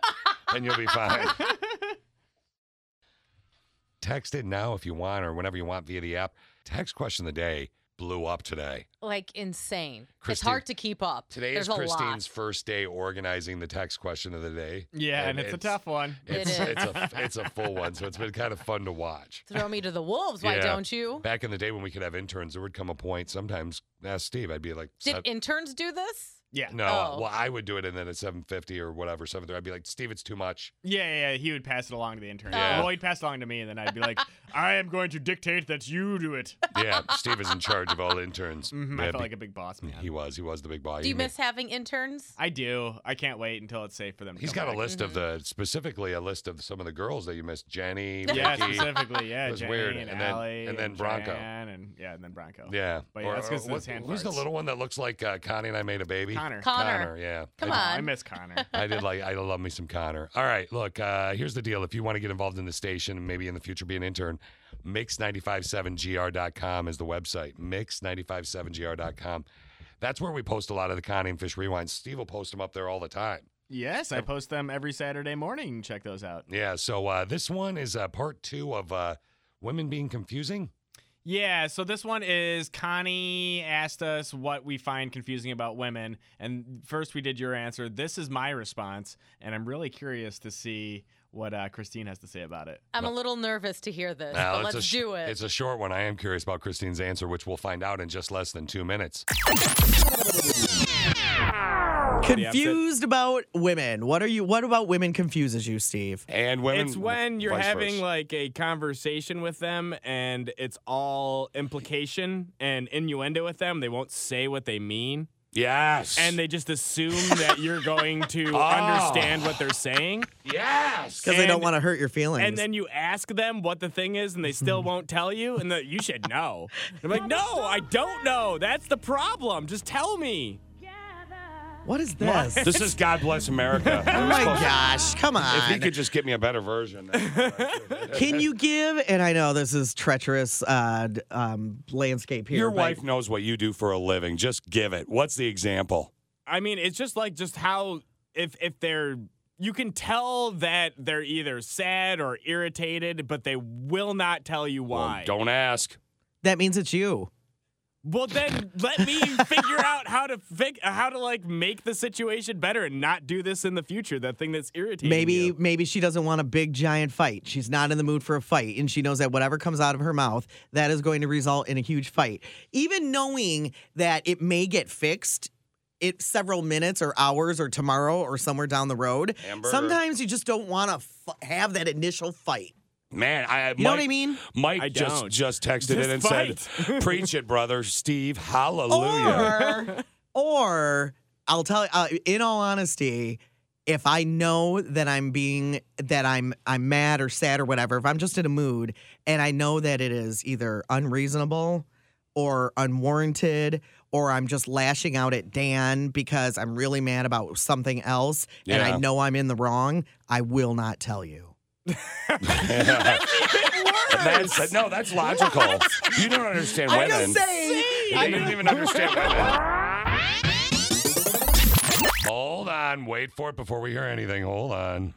B: and you'll be fine. (laughs) Text it now if you want, or whenever you want via the app. Text question of the day blew up today.
G: like insane. it's
B: Christine-
G: hard to keep up.
B: Today
G: There's
B: is
G: a
B: Christine's
G: lot.
B: first day organizing the text question of the day.
A: Yeah, and, it's, a tough one.
B: It's, it's (laughs) a it's a full one, so it's been kind of fun to watch.
G: Throw me to the wolves,
B: (laughs)
G: why
B: Yeah.
G: don't you?
B: Back in the day when we could have interns, there would come a point. Sometimes, ask Steve, I'd be like,
G: Did
B: "Sev-
G: interns do this?
A: yeah,
B: no,
G: Oh.
B: well, I would do it, and then at seven fifty or whatever, seven thirty, I'd be like, Steve, it's too much.
A: Yeah, yeah, yeah, he would pass it along to the intern.
B: Yeah.
A: Well, he'd pass it along to me, and then I'd be
B: (laughs)
A: like, I am going to dictate that you do it.
B: Yeah, Steve is in charge of all
A: (laughs)
B: interns.
A: Mhm, I
B: Yeah,
A: felt
B: be- Mm-hmm.
A: like a big boss man.
B: He was, he was the big boss.
G: Do you
B: He ma-
G: miss having interns?
A: I do. I can't wait until it's safe for them. to
B: He's
A: come
B: got a
A: back.
B: list of
G: mm-hmm.
B: the specifically a list of some of the girls that you
A: (laughs)
B: missed. Jenny,
A: Yeah,
B: Mickey.
A: specifically. Yeah,
B: It was
A: Jenny
B: weird.
A: and,
B: and then
A: Allie
B: and then Bronco.
A: Jan and yeah, and then Bronco.
B: Yeah.
A: but yeah,
B: Or-
A: that's
B: or
A: because
B: what-
A: those hand
B: Who's the
A: farts.
B: little one that looks like uh, Connie and I made a baby?
A: Connor.
G: Connor.
B: yeah.
G: Come
B: I did-
G: on.
A: Oh, I miss Connor.
B: I did like I love me some Connor. All right, look, uh, here's the deal. If you want to get involved in the station and maybe in the future be an intern, mix957gr.com is the website. Mix957gr.com. That's where we post a lot of the Connie and Fish rewinds. Steve will post them up there all the time.
A: Yes, I post them every Saturday morning. Check those out.
B: Yeah, so uh, this one is uh, part two of uh, women being
G: (laughs)
B: confusing.
A: Yeah, so this one is Connie asked us what we find confusing about women. And first we did your answer. This is my response. And I'm really curious to see what uh, Christine has to say about it.
G: I'm a little nervous to hear this,
B: Now,
G: but
B: it's a
G: let's
B: sh-
G: do it.
B: It's a short one. I am curious about Christine's answer, which we'll find out in just less than two minutes.
M: Confused about women. What are you? What about women confuses you, Steve?
B: And women.
N: It's when you're
B: vice
N: having
B: versa.
N: like a conversation with them and it's all implication and innuendo with them. They won't say what they mean.
B: Yes.
N: And they just assume that you're going
P: (laughs)
N: to
M: Oh.
N: understand what they're
A: (laughs)
N: saying.
B: Yes.
M: Because they don't
N: And-
M: want to hurt your feelings.
N: And then you ask them what the thing is, and they
A: (laughs)
N: still won't tell you, and that you should know. I'm like, no, I don't know. That's the problem. Just tell me.
B: (laughs)
M: What is this?
B: This is God Bless America.
M: Oh my gosh, come
B: If he
M: on.
B: could just get me a better version.
M: Can you give? And I know this is treacherous uh, d- um, landscape here.
B: Your
M: but-
B: wife knows what you do for a living. Just give it. What's the example?
N: I mean, it's just like just how if if they're you can tell that they're either sad or irritated, but they will not tell you why.
B: Don't ask.
M: That means it's you.
N: Well, then let me figure out how to fig- how to like make the situation better and not do this in the future. That thing that's irritating.
M: Maybe
N: you.
M: maybe she doesn't want a big giant fight. She's not in the mood for a fight, and she knows that whatever comes out of her mouth, that is going to result in a huge fight. Even knowing that it may get fixed it several minutes or hours or tomorrow or somewhere down the road.
B: Amber.
M: Sometimes you just don't want to f- have that initial fight.
B: Man, I
M: You know what
B: Mike-
M: I mean?
B: Mike
M: I
B: just
M: don't.
B: just texted
M: Just
B: it and said,
M: fight.
B: "Preach it, brother, Steve. Hallelujah."
M: or I'll tell you, uh, in all honesty, if I know that I'm being that I'm I'm mad or sad or whatever, if I'm just in a mood and I know that it is either unreasonable or unwarranted or I'm just lashing out at Dan because I'm really mad about something else and
L: Yeah.
M: I know I'm in the wrong, I will not tell you.
B: that's, no, that's logical. You don't understand
L: I'm just
B: women.
L: saying.
B: You don't even understand women. Hold on, wait for it before we hear anything. Hold on.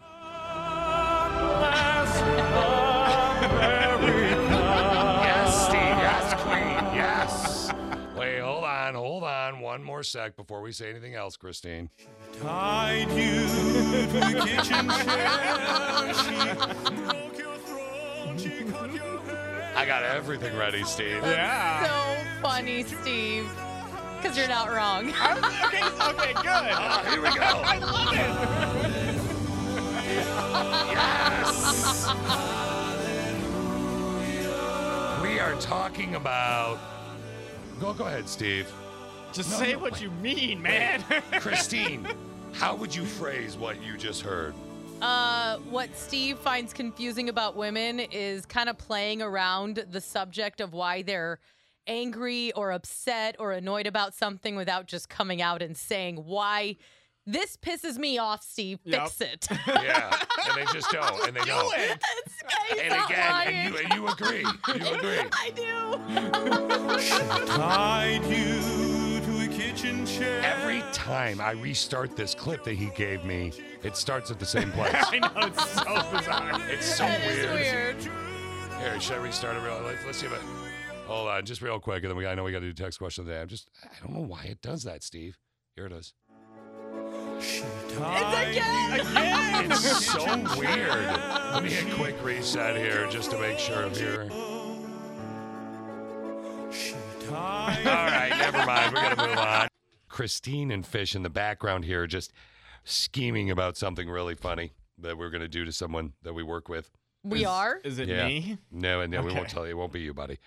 B: Yes, Steve. Yes, Queen. Yes. Wait, hold on, hold on. One more sec before we say anything else, Christine.
L: Tied you to the kitchen chair.
B: I got everything ready, Steve.
G: So funny, Steve. Because you're not wrong. okay,
A: okay, good.
B: Uh, here we go.
G: I love
B: We are talking about. Go, go ahead, (laughs) Steve.
A: Just
B: No,
A: say
B: no,
A: what
B: wait.
A: you mean, man.
N: (laughs)
B: Christine, how would you phrase what you just heard?
G: Uh, what Steve finds confusing about women is kind of playing around the subject of why they're angry or upset or annoyed about something without just coming out and saying why this pisses me off, Steve. Fix it. (laughs)
B: Yeah, and they just
A: (laughs)
B: don't, and they don't. And
G: not
B: again,
G: lying.
B: and you, and you agree.
A: (laughs)
B: You agree.
G: I
L: Tied you to a kitchen chair.
B: Every time I restart this clip that he gave me, it starts at
A: (laughs)
B: the same place.
A: I know it's so bizarre.
B: It's so weird. Here, should I restart it real? Let's, let's see if I. Hold on, just real quick, and then we, I know we got to do text question of the day. I'm just, I don't know why it does that, Steve. Here it is.
L: It's again.
B: Again.
G: (laughs)
B: It's so weird. Let me hit quick reset here just to make sure I'm here. All right, never mind. We're gonna move on. Christine and Fish in the background here, just scheming about something really funny that we're gonna do to someone that we work with.
G: We Is- are? is it
B: Yeah.
G: me?
B: No, no, we won't
G: Okay.
B: tell you. It won't be you, buddy.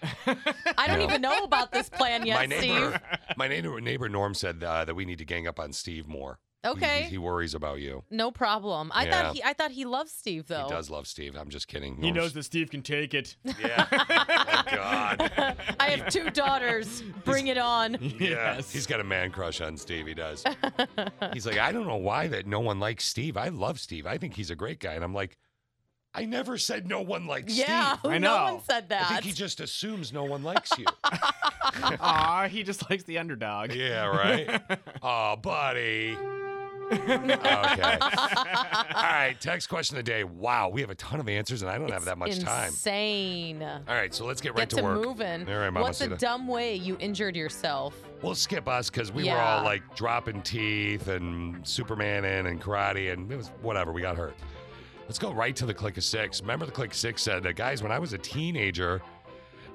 G: I don't
B: No.
G: even know about this plan
B: (laughs)
G: yet,
B: my
G: Steve.
B: neighbor, my neighbor, neighbor Norm said uh, that we need to gang up on Steve more. He-
G: Okay.
B: he, worries about you.
G: No problem. I
B: Yeah.
G: thought he I thought he loves Steve though.
B: He does love Steve. I'm just kidding.
A: He
B: Norm's-
A: knows that Steve can
N: (laughs)
A: take it.
B: Yeah. oh, God.
G: I
B: (laughs)
G: have two daughters. Bring it on.
B: Yeah, he's got a man crush on Steve. He does. he's like, I don't know why that no one likes Steve. I love Steve. I think he's a great guy. And I'm like, I never said no one likes
G: Yeah,
B: Steve.
G: who- no one said
B: I
G: that.
B: think he just assumes no one likes
G: (laughs)
B: you.
A: Aw, he just likes the underdog.
B: yeah, right. Oh, buddy. okay. All right. Text question of the day. Wow, we have a ton of answers, and I don't have that much time.
G: Insane.
B: All right, so let's get right
G: Get
B: to,
G: to
B: work.
G: moving.
B: All right, Mama.
G: What's a dumb way you injured yourself?
B: We'll skip us because we were
G: Yeah.
B: all like dropping teeth and Superman in and karate and it was whatever. We got hurt. Let's go right to the click of six. Remember the click of six said that guys, when I was a teenager,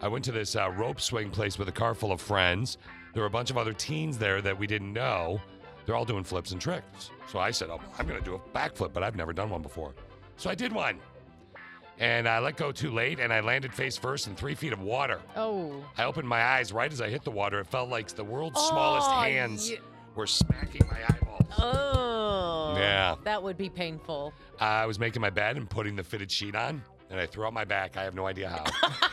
B: I went to this uh, rope swing place with a car full of friends. There were a bunch of other teens there that we didn't know. They're all doing flips and tricks. So I said, oh, I'm going to do a backflip, but I've never done one before. So I did one. And I let go too late and I landed face first in three feet of water.
G: Oh.
B: I opened my eyes right as I hit the water. It felt like the world's smallest
G: Oh,
B: hands
G: you-
B: were smacking my eyeball.
G: Oh.
B: Yeah.
G: That would be painful.
B: I was making my bed and putting the fitted sheet on. and I threw out my back. I have no idea how.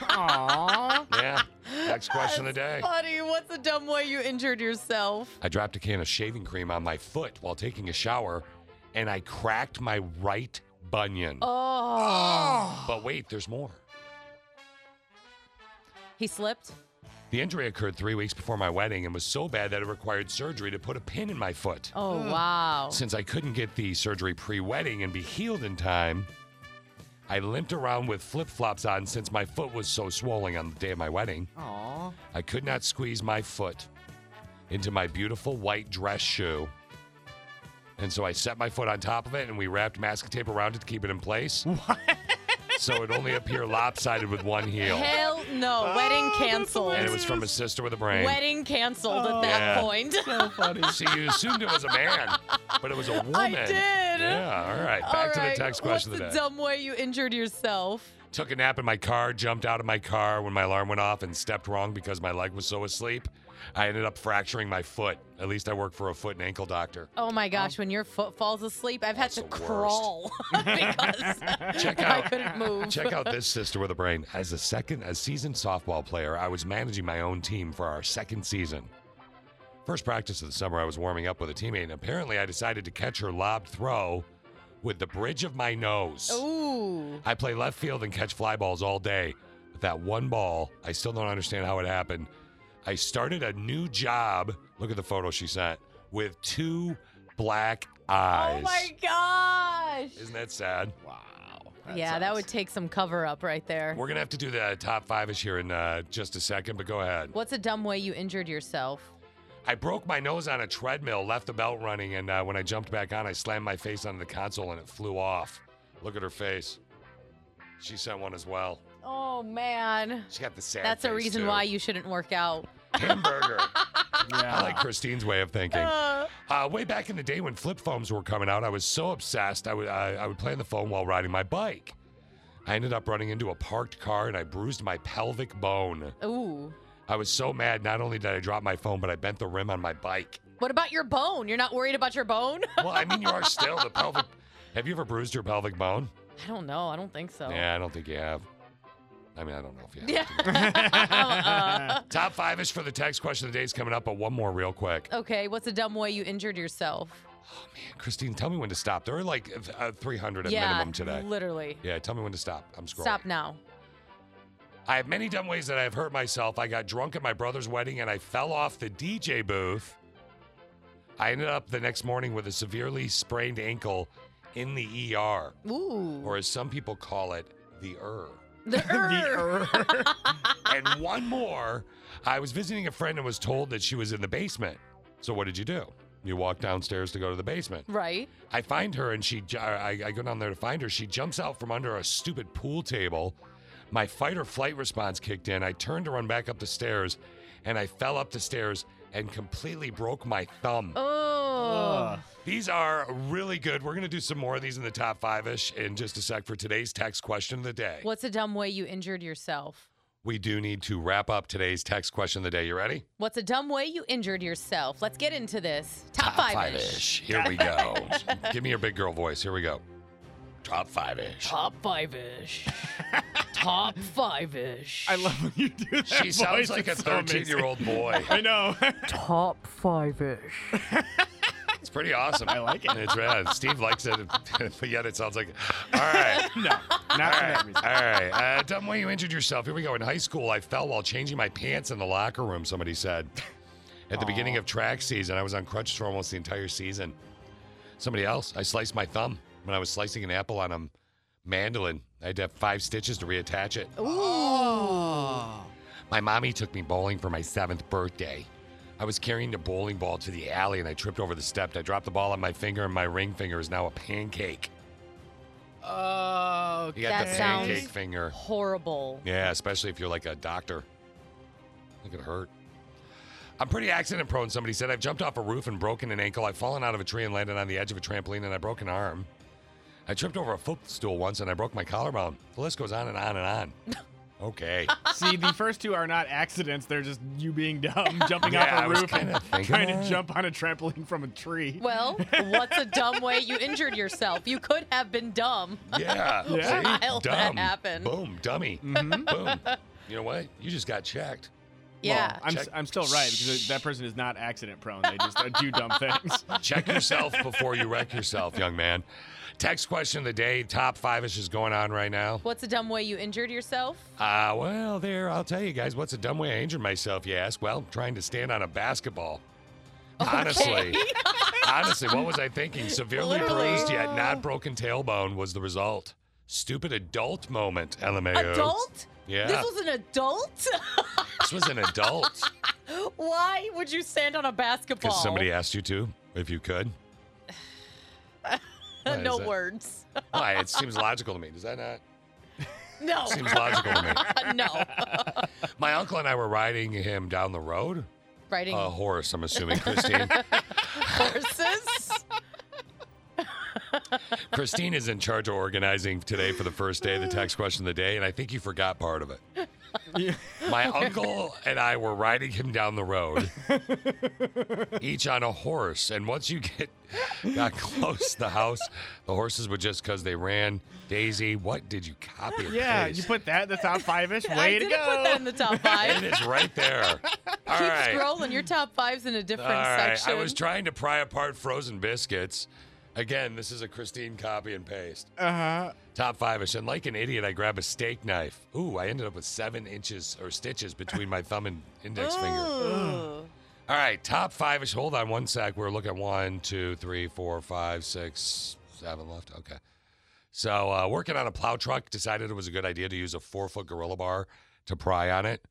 G: Aww.
B: yeah. Next question of the day.
G: Buddy, what's the dumb way you injured yourself?
B: I dropped a can of shaving cream on my foot while taking a shower, and I cracked my right bunion.
G: Oh.
B: But wait, there's more.
G: He slipped.
B: The injury occurred three weeks before my wedding and was so bad that it required surgery to put a pin in my foot.
G: Oh, wow.
B: Since I couldn't get the surgery pre wedding and be healed in time, I limped around with flip flops on since my foot was so swollen on the day of my wedding.
M: Aww.
B: I could not squeeze my foot into my beautiful white dress shoe. And so I set my foot on top of it and we wrapped masking tape around it to keep it in
G: (laughs)
B: place. What? So it only appear lopsided with one heel.
G: Hell no. Wedding canceled.
B: Oh, And it was from a sister with a brain.
G: Wedding canceled at that
B: Yeah.
G: point. (laughs)
B: See, you assumed it was a man, but it was a woman.
G: I did.
B: Yeah, all right. Back
G: All
B: to
G: right,
B: the text question
G: What's
B: of the
G: the
B: day.
G: dumb way you injured yourself?
B: Took a nap in my car, jumped out of my car when my alarm went off, and stepped wrong because my leg was so asleep. I ended up fracturing my foot. At least I work for a foot and ankle doctor.
G: Oh my gosh, when your foot falls asleep, I've had to
B: worst.
G: crawl (laughs) because
B: (laughs)
G: I couldn't move.
B: Check out this sister with a brain. As a second, a seasoned softball player, I was managing my own team for our second season. First practice of the summer, I was warming up with a teammate, and apparently, I decided to catch her lob throw with the bridge of my nose.
G: Ooh.
B: I play left field and catch fly balls all day, but that one ball, I still don't understand how it happened. I started a new job. Look at the photo she sent with two black eyes.
G: Oh my gosh.
B: Isn't that sad? Wow.
G: yeah, that would take some cover up right there.
B: We're gonna have to do the top five is here in uh, just a second, but go ahead.
G: What's a dumb way you injured yourself?
B: I broke my nose on a treadmill, left the belt running, and uh, when I jumped back on, I slammed my face onto the console and it flew off. Look at her face. She sent one as well.
G: Oh man.
B: She got the sad.
G: That's a
B: face,
G: reason
B: too.
G: why you shouldn't work out. (laughs)
B: hamburger. I like Christine's way of thinking.
G: Uh.
B: Uh, way back in the day when flip phones were coming out, I was so obsessed. I would I, I would play on the phone while riding my bike. I ended up running into a parked car and I bruised my pelvic bone.
G: Ooh.
B: I was so mad. Not only did I drop my phone, but I bent the rim on my bike.
G: What about your bone? You're not worried about your bone?
B: Well, I mean, you are still the pelvic. Have you ever bruised your pelvic bone?
G: I don't know. I don't think so. (laughs)
B: Yeah, I don't think you have. I mean, I don't know if you have.
G: Yeah.
B: (laughs) Top five is for the text question of the day is coming up, but one more real quick.
G: (laughs) Okay, what's a dumb way you injured yourself?
B: Christine, tell me when to stop. There are like uh, 300 at
G: yeah,
B: minimum today.
G: Literally.
B: Yeah, tell me when to stop. I'm scrolling.
G: Stop now.
B: I have many dumb ways that I have hurt myself. I got drunk at my brother's wedding and I fell off the DJ booth. I ended up the next morning with a severely sprained ankle in the ER,
G: Ooh.
B: or as some people call it, (laughs) the ER.
G: The
B: er. and one more. I was visiting a friend and was told that she was in the basement. So what did you do? You walked downstairs to go to the basement.
G: Right?
B: I find her and she, j- I, I go down there to find her. She jumps out from under a stupid pool table. My fight or flight response kicked in. I turned to run back up the stairs and I fell up the stairs and completely broke my thumb.
G: Oh.
B: These are really good. We're going to do some more of these in the top five ish in just a sec for today's text question of the day.
G: What's a dumb way you injured yourself?
B: We do need to wrap up today's text question of the day. You ready?
G: What's a dumb way you injured yourself? Let's get into this. Top, five
B: ish. Here we go.
A: (laughs)
B: Give me your big girl voice. Here we go. Top five ish.
G: Top five
B: (laughs)
G: ish. Top five ish.
A: I (laughs) love when you do that.
B: She
A: voice.
B: sounds like
A: It's
B: a
A: so amazing.
B: 13-year-old boy.
A: (laughs) I know.
G: Top five ish.
B: It's pretty awesome. I like it. It's rad. Steve likes it, (laughs) but yet it sounds like. All right. No,
A: not
B: All
A: for
B: right.
A: that reason.
B: All right. Uh, dumb way you injured yourself. Here we go. In high school, I fell while changing my pants in the locker room, somebody said. At the beginning of track season, I was on crutches for almost the entire season. Somebody else, I sliced my thumb when I was slicing an apple on a mandolin. I had to have five stitches to reattach it.
G: Ooh.
B: My mommy took me bowling for my seventh birthday. I was carrying the bowling ball to the alley and I tripped over the step. I dropped the ball on my finger and my ring finger is now a pancake.
G: Oh,
B: You got
G: that
B: the
G: sounds
B: pancake finger.
G: horrible.
B: Yeah, especially if you're like a doctor. It could hurt. I'm pretty accident prone, somebody said. I've jumped off a roof and broken an ankle. I've fallen out of a tree and landed on the edge of a trampoline and I broke an
G: (laughs)
B: arm. I tripped over a footstool once and I broke my collarbone. The list goes on and on and on. Okay.
A: See, the first two are not accidents. They're just you being (laughs) dumb, jumping
B: Yeah, I
A: off a
B: was
A: roof and
B: kinda
A: (laughs)
B: thinking
A: trying to
B: that.
A: jump on a trampoline from a tree.
G: Well, what's a dumb way you injured yourself? You could have been dumb. (laughs)
B: Yeah. See?
G: Child,
B: Dumb.
G: that happened.
B: Boom, dummy. Boom. You know what? You just got checked.
G: Yeah.
A: Well, I'm,
B: Check-
A: I'm still right because that person is not accident prone. They just uh, do dumb things.
B: Check yourself before you wreck yourself, young man. Text question of the day. Top five ish is going on right now.
G: What's a dumb way you injured yourself?
B: Uh, well, there, I'll tell you guys, what's a dumb way I injured myself, you ask? Well, trying to stand on a basketball.
G: (laughs)
B: Honestly. honestly, what was I thinking? Severely
G: Literally.
B: bruised yet not broken tailbone was the result. Stupid adult moment, LMAO.
G: Adult?
B: Yeah.
G: This was an adult? (laughs)
B: This was an adult.
G: Why would you stand on a basketball?
B: Because somebody asked you to, if you could. Why is
G: (laughs) no
B: that?
G: words. (laughs)
B: Why? It seems logical to me. Does that not?
G: No.
B: Seems logical to me.
G: (laughs) no.
B: My uncle and I were riding him down the road.
G: Riding
B: A horse, I'm assuming, Christine.
G: (laughs)
B: (laughs)
G: horses?
B: Christine is in charge of organizing today for the first day, the text question of the day, and I think you forgot part of it. My uncle and I were riding him down the road, each on a horse. And once you get got close to the house, the horses would just because they ran. Daisy, what did you copy?
A: (laughs)
B: and
A: Yeah,
B: paste?
A: you put that in the top five (laughs) ish.
G: I
A: Way to
G: didn't
A: go.
G: put that in the top
B: (laughs) it
G: five.
B: is right
A: (laughs)
B: there. All
G: Keep
B: right.
G: scrolling. Your top five's in a different section.
B: I was trying to pry apart frozen biscuits. Again, this is a Christine copy and paste.
A: Uh huh.
B: Top five ish. And like an idiot, I grab a steak knife. Ooh, I ended up with seven inches or stitches between my thumb and index finger.
G: Oh.
B: All right, top five ish. Hold on one sec. We're looking at one, two, three, four, five, six, seven left. Okay. So, uh, working on a plow truck, decided it was a good idea to use a four foot gorilla bar to pry on it.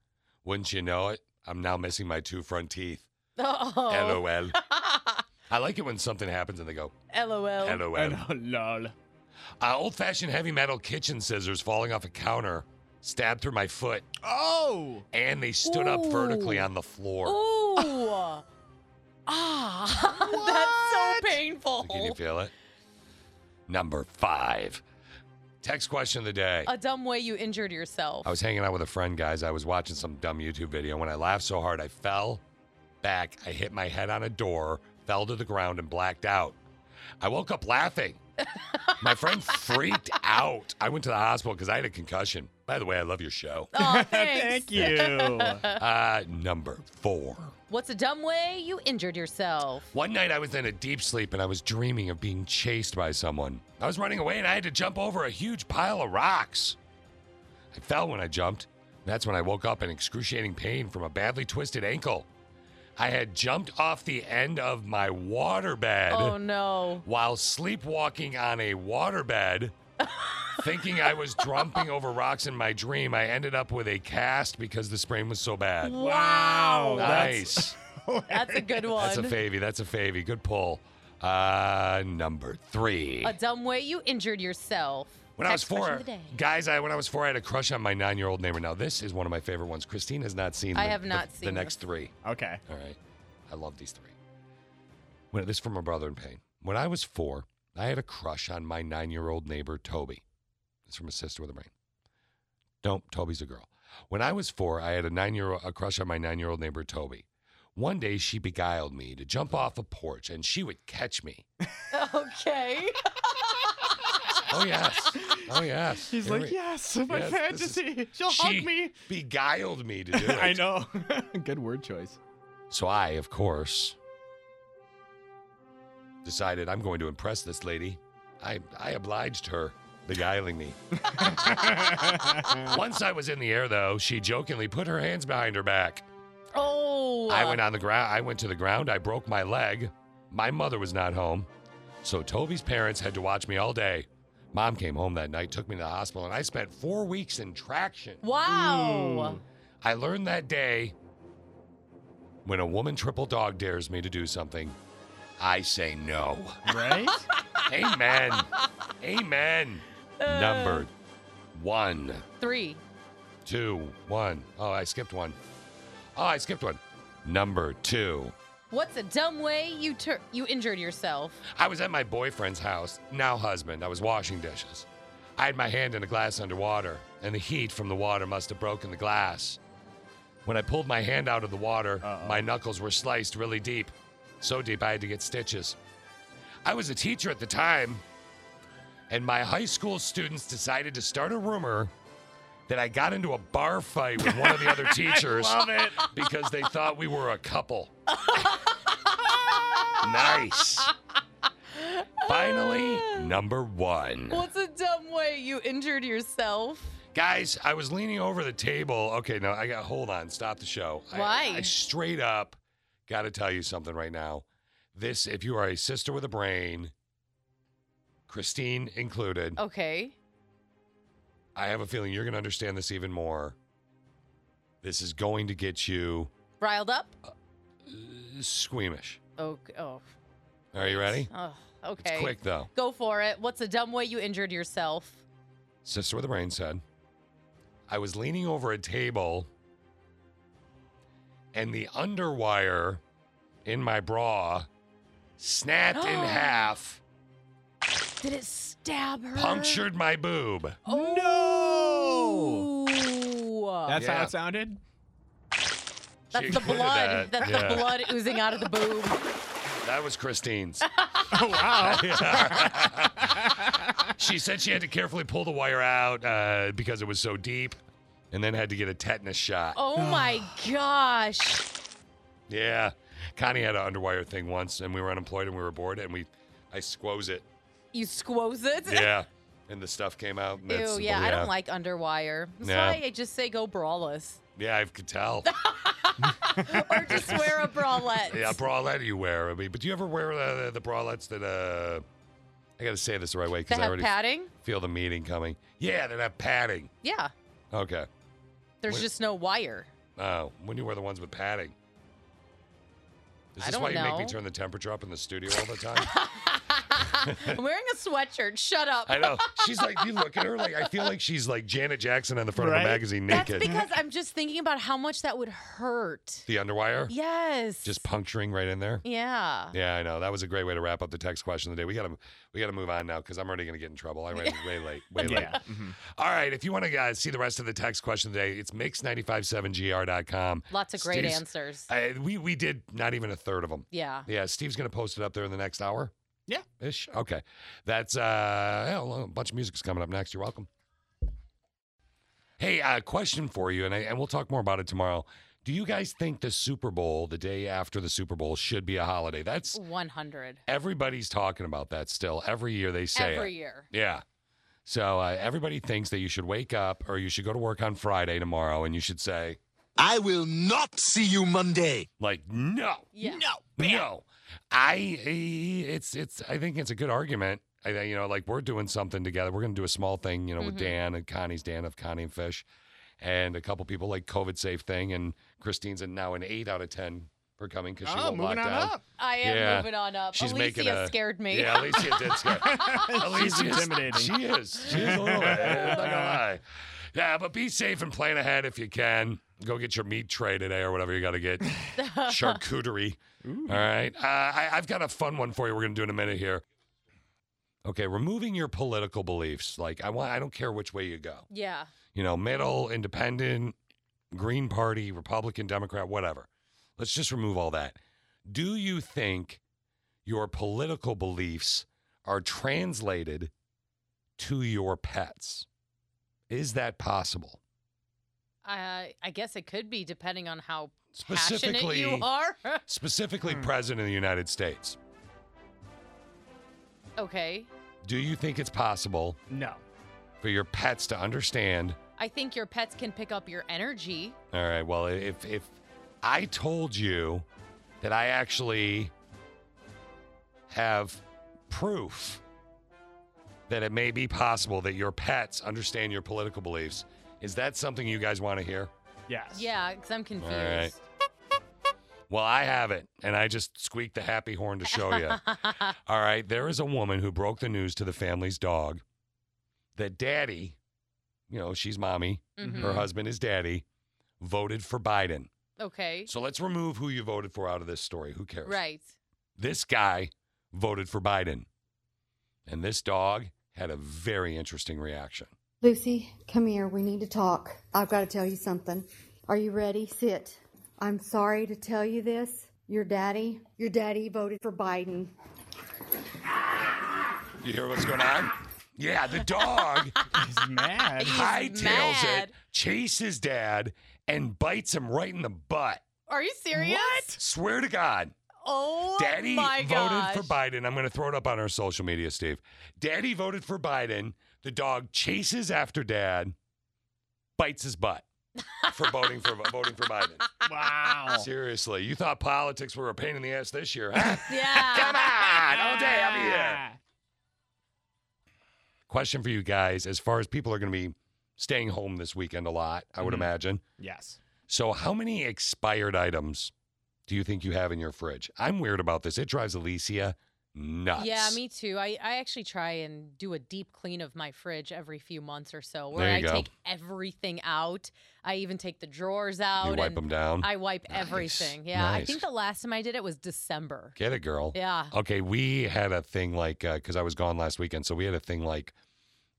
B: Wouldn't you know it? I'm now missing my two front teeth.
G: (laughs) Oh.
B: LOL. I like it when something happens and they go,
G: LOL.
B: LOL.
A: (laughs) Lol.
B: Uh, Old fashioned heavy metal kitchen scissors falling off a counter stabbed through my foot,
A: Oh.
B: and they stood up vertically
G: Ooh.
B: on the floor.
G: Ooh.
B: (laughs)
G: (laughs) ah. That's so painful.
B: Can you feel it? Number five. Text question of the day.
G: A dumb way you injured yourself.
B: I was hanging out with a friend, guys. I was watching some dumb YouTube video. When I laughed so hard, I fell back. I hit my head on a door, fell to the ground, and blacked out. I woke up laughing. my friend freaked out. I went to the hospital because I had a concussion. By the way, I love your show. (laughs)
G: Oh,
A: Thank you.
B: Uh, number four.
G: What's a dumb way you injured yourself?
B: One night I was in a deep sleep and I was dreaming of being chased by someone. I was running away and I had to jump over a huge pile of rocks. I fell when I jumped. That's when I woke up in excruciating pain from a badly twisted ankle. I had jumped off the end of my waterbed
G: Oh no.
B: while sleepwalking on a
G: (laughs)
B: waterbed. Thinking I was jumping over rocks in my dream, I ended up with a cast because the sprain was so bad.
A: Wow.
B: Nice.
G: That's a good one.
B: (laughs) That's a favy. That's a favy. Good pull. Uh, number three.
G: A dumb way you injured yourself.
B: When I was
G: Text question
B: four,
G: of the day.
B: guys, I when I was four, I had a crush on my nine-year-old neighbor. Now this is one of my favorite ones. Christine has not seen.
G: I
B: the-
G: have
B: the-
G: not
B: the
G: seen
B: next
G: this.
B: three.
A: (laughs) Okay.
B: All right, I love these three. When, this is from my brother in pain. When I was four, I had a crush on my nine-year-old neighbor Toby. It's from a sister with a brain. Don't. Toby's a girl. When I was four, I had a nine-year-old a crush on my nine-year-old neighbor Toby. One day, she beguiled me to jump off a porch, and she would catch me.
G: (laughs)
B: (laughs)
G: Okay.
B: Oh
A: (laughs)
B: yes. Oh yes.
A: He's
B: Here
A: like,
B: we-
A: yes, my
B: Yes, this is-
A: fantasy. She'll
B: She
A: hug me.
B: Beguiled me
A: (laughs)
B: to do it.
A: I
B: (laughs)
A: know. Good word choice.
B: So I, of course, decided I'm going to impress this lady. I I obliged her, beguiling me. Once I was in the air though, she jokingly put her hands behind her back.
G: Oh.
B: I went on the ground. I went to the ground. I broke my leg. My mother was not home, so Toby's parents had to watch me all day. Mom came home that night, took me to the hospital, and I spent four weeks in traction.
G: Wow.
B: I learned that day when a woman triple dog dares me to do something, I say no.
A: Right?
B: (laughs) Amen. Amen.
G: Uh.
B: Number one,
G: Three.
B: two, one. Oh, I skipped one. Oh, I skipped one. Number two.
G: What's a dumb way you tur- you injured yourself?
B: I was at my boyfriend's house, now husband. I was washing dishes. I had my hand in a glass underwater, and the heat from the water must have broken the glass. When I pulled my hand out of the water, my knuckles were sliced really deep. So deep, I had to get stitches. I was a teacher at the time, and my high school students decided to start a rumor that I got into a bar fight with one of the
L: (laughs)
B: other teachers
L: Love it.
B: because they thought we were
L: (laughs)
B: a couple. nice. Finally, number one.
G: What's a dumb way you injured yourself?
B: Guys, I was leaning over the table. Okay, no, I got hold on. Stop the show. I-
G: Why?
B: I, straight up got to tell you something right now. This, if you are a sister with a brain, Christine included,
G: Okay.
B: I have a feeling you're going to understand this even more. This is going to get you
G: Riled up?
B: squeamish.
G: Oh, oh,
B: Are you ready?
G: oh okay.
B: quick, though.
G: Go for it. What's a dumb way you injured yourself?
B: Sister with a Brain said, I was leaning over a table and the underwire in my bra snapped
A: (gasps)
B: in half,
G: Did it stab her?
B: punctured my boob.
A: (gasps)
G: Oh. No.
A: That's how
B: Yeah.
A: it sounded?
G: That's
B: She
G: the
B: included
G: blood.
B: that.
G: That's
B: Yeah.
G: the blood oozing out of the (laughs) boob.
B: That was Christine's.
A: (laughs) oh, wow.
B: (laughs) she said she had to carefully pull the wire out uh, because it was so deep and then had to get a tetanus shot.
G: Oh my gosh.
B: Yeah. Connie had an underwire thing once and we were unemployed and we were bored and we, I squoze it.
G: You squoze (laughs) it?
B: Yeah. And the stuff came out. and that's-
G: Ew, yeah, I don't like underwire. That's
B: Yeah.
G: why I just say go braless.
B: Yeah, I could
G: (laughs)
B: tell.
G: Or just wear a
B: (laughs)
G: bralette.
B: yeah, bralette you wear. I mean, but do you ever wear uh, the bralettes that, uh, I got to say this the right way
G: That
B: because I
G: have
B: already
G: padding?
B: feel the meeting coming. Yeah, that have padding.
G: Yeah.
B: Okay.
G: There's
B: Wait.
G: just no wire.
B: Oh, when you wear the ones with padding. Is
G: I
B: this
G: don't
B: why you make me
G: know.
B: turn the temperature up in the studio all the
G: (laughs)
B: time?
G: I'm wearing a sweatshirt. Shut up.
B: I know. She's like, you look at her like I feel like she's like Janet Jackson on the front of
A: Right?
B: a magazine
G: That's
B: naked.
G: because I'm just thinking about how much that would hurt.
B: the underwire,
G: Yes.
B: just puncturing right in there.
G: Yeah.
B: Yeah, I know. That was a great way to wrap up the text question of the day. We gotta we gotta move on now because I'm already gonna get in trouble. I ran way late. Way late.
L: Yeah.
B: All right. If you want to guys see the rest of the text question today, it's mix957gr.com.
G: Lots of great
B: Steve's-
G: answers.
B: I, we we did not even a third of them.
G: Yeah.
B: Yeah. Steve's gonna post it up there in the next hour.
A: Yeah.
B: Ish. Okay. That's uh hell, a bunch of music's coming up next. You're welcome. Hey, uh, question for you, and I, and we'll talk more about it tomorrow. Do you guys think the Super Bowl, the day after the Super Bowl, should be a holiday? That's
G: 100.
B: Everybody's talking about that still. Every year they say
G: Every
B: it.
G: year.
B: Yeah. So uh, everybody thinks that you should wake up or you should go to work on Friday tomorrow and you should say, I will not see you Monday. Like, no.
L: Yeah.
B: No. No. I, I- it's, it's, I think it's a good argument. I, think, you know, like we're doing something together. We're going to do a small thing, you know, with
G: Mm-hmm.
L: Mhm.
B: Dan and Connie's Dan of Connie and Fish and a couple people like COVID safe thing. And Christine's and now an eight out of 10 for coming because she
G: Oh,
B: won't
G: moving
B: lock
G: on
B: down.
G: up. I am moving on up.
B: She's making
G: Alicia
B: a-
G: scared me.
B: Yeah, Alicia did scare
A: (laughs)
B: (laughs)
A: She's
B: Alicia's-
A: intimidating.
B: She is. She is a little bit. I'm not gonna lie. Yeah, but be safe and plan ahead if you can. Go get your meat tray today or whatever you got to get.
G: (laughs)
B: (laughs) Charcuterie. All right. Uh, I, I've got a fun one for you. We're going to do in a minute here. Okay, removing your political beliefs. Like I want. I don't care which way you go.
G: Yeah.
B: You know, middle, independent, Green Party, Republican, Democrat, whatever. Let's just remove all that. Do you think your political beliefs are translated to your pets? Is that possible?
G: I I guess it could be depending on how passionate
B: Specifically-
G: you are. (laughs) Hmm.
B: Specifically, President of the United States.
G: okay.
B: Do you think it's possible?
A: No.
B: For your pets to understand?
G: I think your pets can pick up your energy.
B: All right. Well, if if I told you that I actually have proof that it may be possible that your pets understand your political beliefs, is that something you guys want to hear?
A: Yes.
G: Yeah, because I'm confused.
B: All right. Well, I have it, and I just squeaked the happy horn to show you. All right, there is a woman who broke the news to the family's dog that daddy, you know, she's mommy,
G: Mhm.
B: her husband is daddy, voted for Biden.
G: Okay.
B: So let's remove who you voted for out of this story. Who cares?
G: Right.
B: This guy voted for Biden, and this dog had a very interesting reaction.
R: Lucy, come here. We need to talk. I've got to tell you something. Are you ready? Sit. I'm sorry to tell you this. Your daddy, your daddy voted for Biden.
B: You hear what's going on? Yeah, the
G: (laughs)
B: dog
A: is mad.
B: (laughs) Hightails
G: mad.
B: it, chases dad, and bites him right in the butt.
G: Are you serious?
B: Swear to God.
G: Oh
B: Daddy
G: my
B: voted
G: gosh.
B: for Biden. I'm going to throw it up on our social media, Steve. Daddy voted for Biden. The dog chases after dad, bites his butt for voting for voting for Biden.
A: Wow.
B: Seriously, you thought politics were a pain in the ass this year,
G: (laughs)
B: huh? (laughs)
G: Yeah.
B: Come on, all day I'll be here. Question for you guys: As far as people are going to be staying home this weekend a lot, I would
G: Mm-hmm.
A: Mhm.
B: imagine.
A: Yes.
B: So, how many expired items do you think you have in your fridge? I'm weird about this. It drives Alicia nuts.
G: Yeah, me too. I, I actually try and do a deep clean of my fridge every few months or so, where
B: There
G: I
B: you go.
G: take everything out. I even take the drawers out.
B: wipe
G: and
B: 'em down?
G: I wipe
B: Nice.
G: everything. Yeah, I
B: Nice.
G: think the last time I did it was December.
B: Get it, girl.
G: Yeah.
B: Okay, we had a thing like because I was gone last weekend, so we had a thing like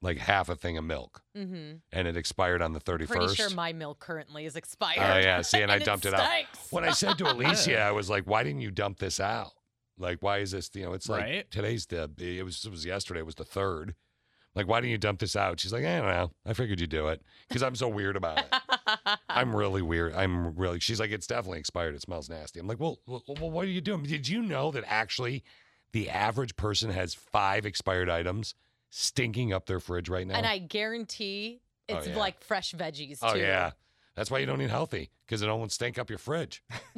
B: like half a thing of milk,
G: Mm-hmm.
B: and it expired on the thirty
G: Pretty
B: first.
G: sure my milk currently is expired.
B: Oh
G: (laughs)
B: yeah, see, and, I dumped it, out.
G: stinks. (laughs)
B: When I said to Alicia, I was like, "Why didn't you dump this out? Like, why is this? You know, it's like
A: Right.
B: today's the. It was it was yesterday. It was the third. Like, why didn't you dump this out? She's like, I don't know. I figured you'd do it because I'm so weird about it.
G: (laughs)
B: I'm really weird. I'm really. She's like, it's definitely expired. It smells nasty. I'm like, well, well, well, what are you doing? Did you know that actually, the average person has five expired items stinking up their fridge right now?
G: And I guarantee
B: Oh,
G: it's
B: yeah.
G: like fresh veggies
B: Oh
G: too.
B: yeah, that's why you don't eat healthy because it won't stink up your fridge. I'm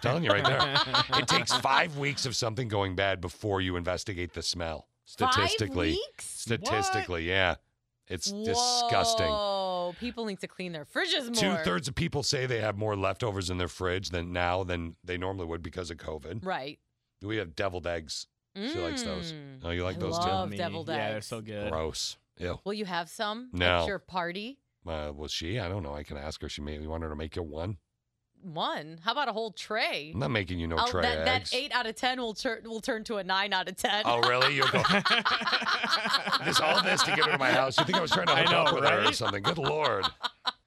B: telling you right there, it
G: (laughs)
B: takes five weeks of something going bad before you investigate the smell.
G: Five
B: Statistically,
G: weeks?
B: statistically, yeah, it's disgusting.
G: Whoa, people need to clean their fridges
B: Two
G: more.
B: thirds of people say they have more leftovers in their fridge than now than they normally would because of COVID.
G: Right.
B: We have deviled eggs. She likes those.
G: Mm.
B: Oh, you like
G: I
B: those
G: love
B: too?
G: deviled
A: Yeah,
G: eggs.
A: they're so good.
B: Gross. Ew.
G: Will you have some
B: No.
G: at your party?
B: Uh, well, she. I don't know. I can ask her. She may. You want her to make you one?
G: One. How about a whole tray?
B: I'm not making you no
G: I'll-
B: tray
G: that,
B: of
G: that
B: eggs.
G: eight out of ten will turn will turn to a nine out of
A: (laughs)
G: ten.
B: Oh, really? You're going this all this to get her to my house. You think I was trying to hook
A: I know,
B: up with her or
A: right?
B: something? Good lord.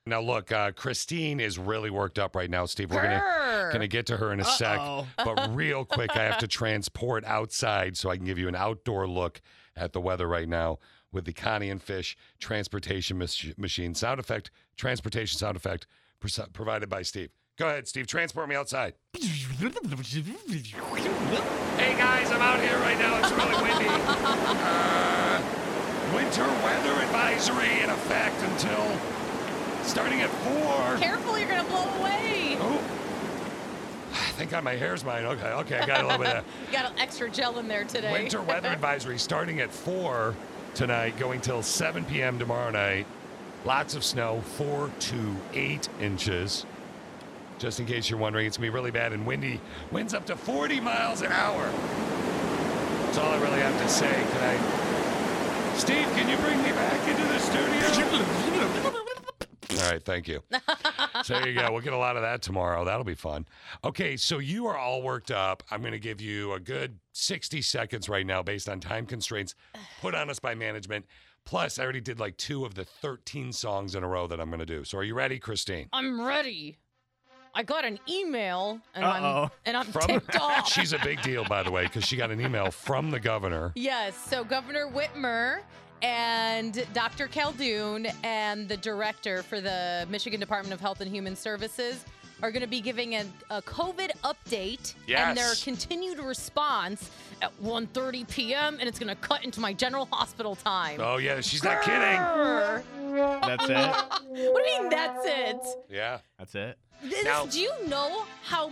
B: Now look, uh, Christine is really worked up right now, Steve. We're gonna
A: Grr.
B: gonna get to her in a
A: Uh-oh. (laughs)
B: sec, but real quick, I have to transport outside so I can give you an outdoor look at the weather right now with the Connie and Fish transportation mach- machine sound effect, transportation sound effect pres- provided by Steve. Go ahead, Steve. Transport me outside. Hey guys, I'm out here right now. It's really windy. Uh, winter weather advisory in effect until starting at four.
G: Careful, you're gonna blow away.
B: Oh. (sighs) I think I- my hair's mine. Okay, okay, I got a little bit of
G: Uh, You got an extra gel in there today.
B: winter weather advisory starting at four tonight, going till 7 p.m. tomorrow night. Lots of snow, four to eight inches. Just in case you're wondering, it's gonna be really bad and windy. Winds up to 40 miles an hour. That's all I really have to say tonight. Steve, can you bring me back into the studio? All right, thank you. so there you go. We'll get a lot of that tomorrow. That'll be fun. Okay, so you are all worked up. I'm going to give you a good 60 seconds right now based on time constraints put on us by management. Plus, I already did like two of the 13 songs in a row that I'm going to do. So are you ready, Christine?
G: I'm ready. I got an email and I'm
B: Uh-oh.
G: and I'm ticked off.
B: She's a big deal, by the way, because she got an email from the governor.
G: Yes. So Governor Whitmer and Dr. Caldoun and the director for the Michigan Department of Health and Human Services are going to be giving a, a COVID update and their
S: Yes.
G: continued response at 1:30 p.m. and it's going to cut into my general hospital time.
B: Oh, yeah, she's not
G: (laughs)
A: Oh.
B: kidding.
G: That's
A: it?
G: What do you mean that's it?
B: Yeah.
A: That's it.
G: This,
A: Now-
G: do you know how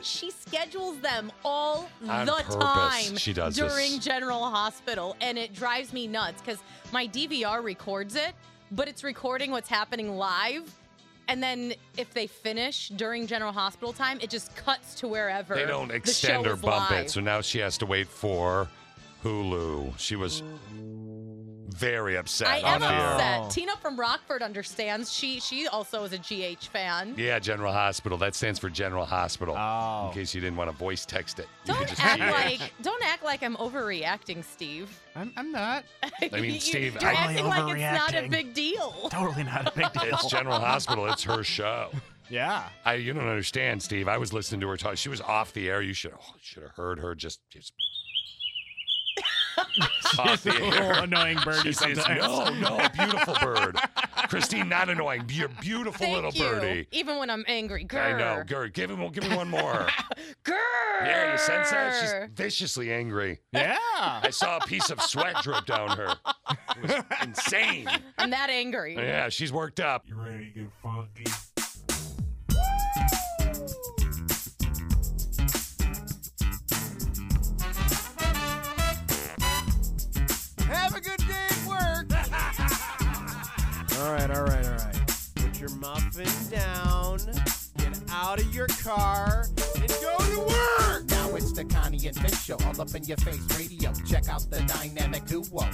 G: she schedules them all
A: On
G: the
A: purpose,
G: time
B: she does this.
G: during General Hospital, and it drives me nuts because my DVR records it, but it's recording what's happening live. And then if they finish during General Hospital time, it just cuts to wherever.
B: They don't
G: the
B: extend
G: show
B: or
G: is
B: bump
G: live.
B: it, so now she has to wait for Hulu. She was very upset.
G: I am
B: on here.
G: upset. Tina from Rockford understands. She she also is a GH fan.
B: Yeah, General Hospital. That stands for General Hospital. Oh. In case you didn't want to voice text it. You could just
G: Act
B: GH.
G: like don't act like I'm overreacting, Steve.
A: I'm I'm not.
B: I mean,
G: (laughs) You-
B: Steve,
G: you're
B: I-
G: acting like it's not a
B: Overreacting.
G: big deal.
A: Totally not a big deal.
B: It's General Hospital. It's her show.
A: Yeah.
B: I you don't understand, Steve. I was listening to her talk. She was off the air. You should oh, should have heard her just just off the
A: a little
B: air.
A: (laughs) annoying birdie
B: She says,
A: sometimes.
B: No, no, beautiful bird. Christine, not annoying. You're beautiful little
G: Thank you.
B: birdie.
G: Even when I'm angry, girl.
B: I know. Girl, give him give me one more.
G: Girl.
B: Yeah, you sense that? She's viciously angry.
A: Yeah.
B: I saw a piece of sweat drip down her. It was insane.
G: I'm that angry.
B: Yeah, she's worked up.
K: You ready to get funky?
L: Have a good day at work.
S: All right, all right, all right.
L: Put your muffin down. Get out of your car and go to work.
C: Now it's the Connie and Fish show, all up in your face radio. Check out the dynamic duo.
D: What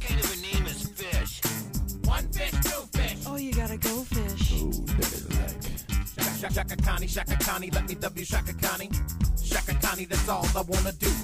D: kind of a name is Fish?
C: One fish, two fish. Oh, you gotta go fish. Ooh, dirty leg. Shaka, shaka, Connie, shaka, Connie, let me W, shaka, Connie. Shaka, Connie, that's all I wanna do.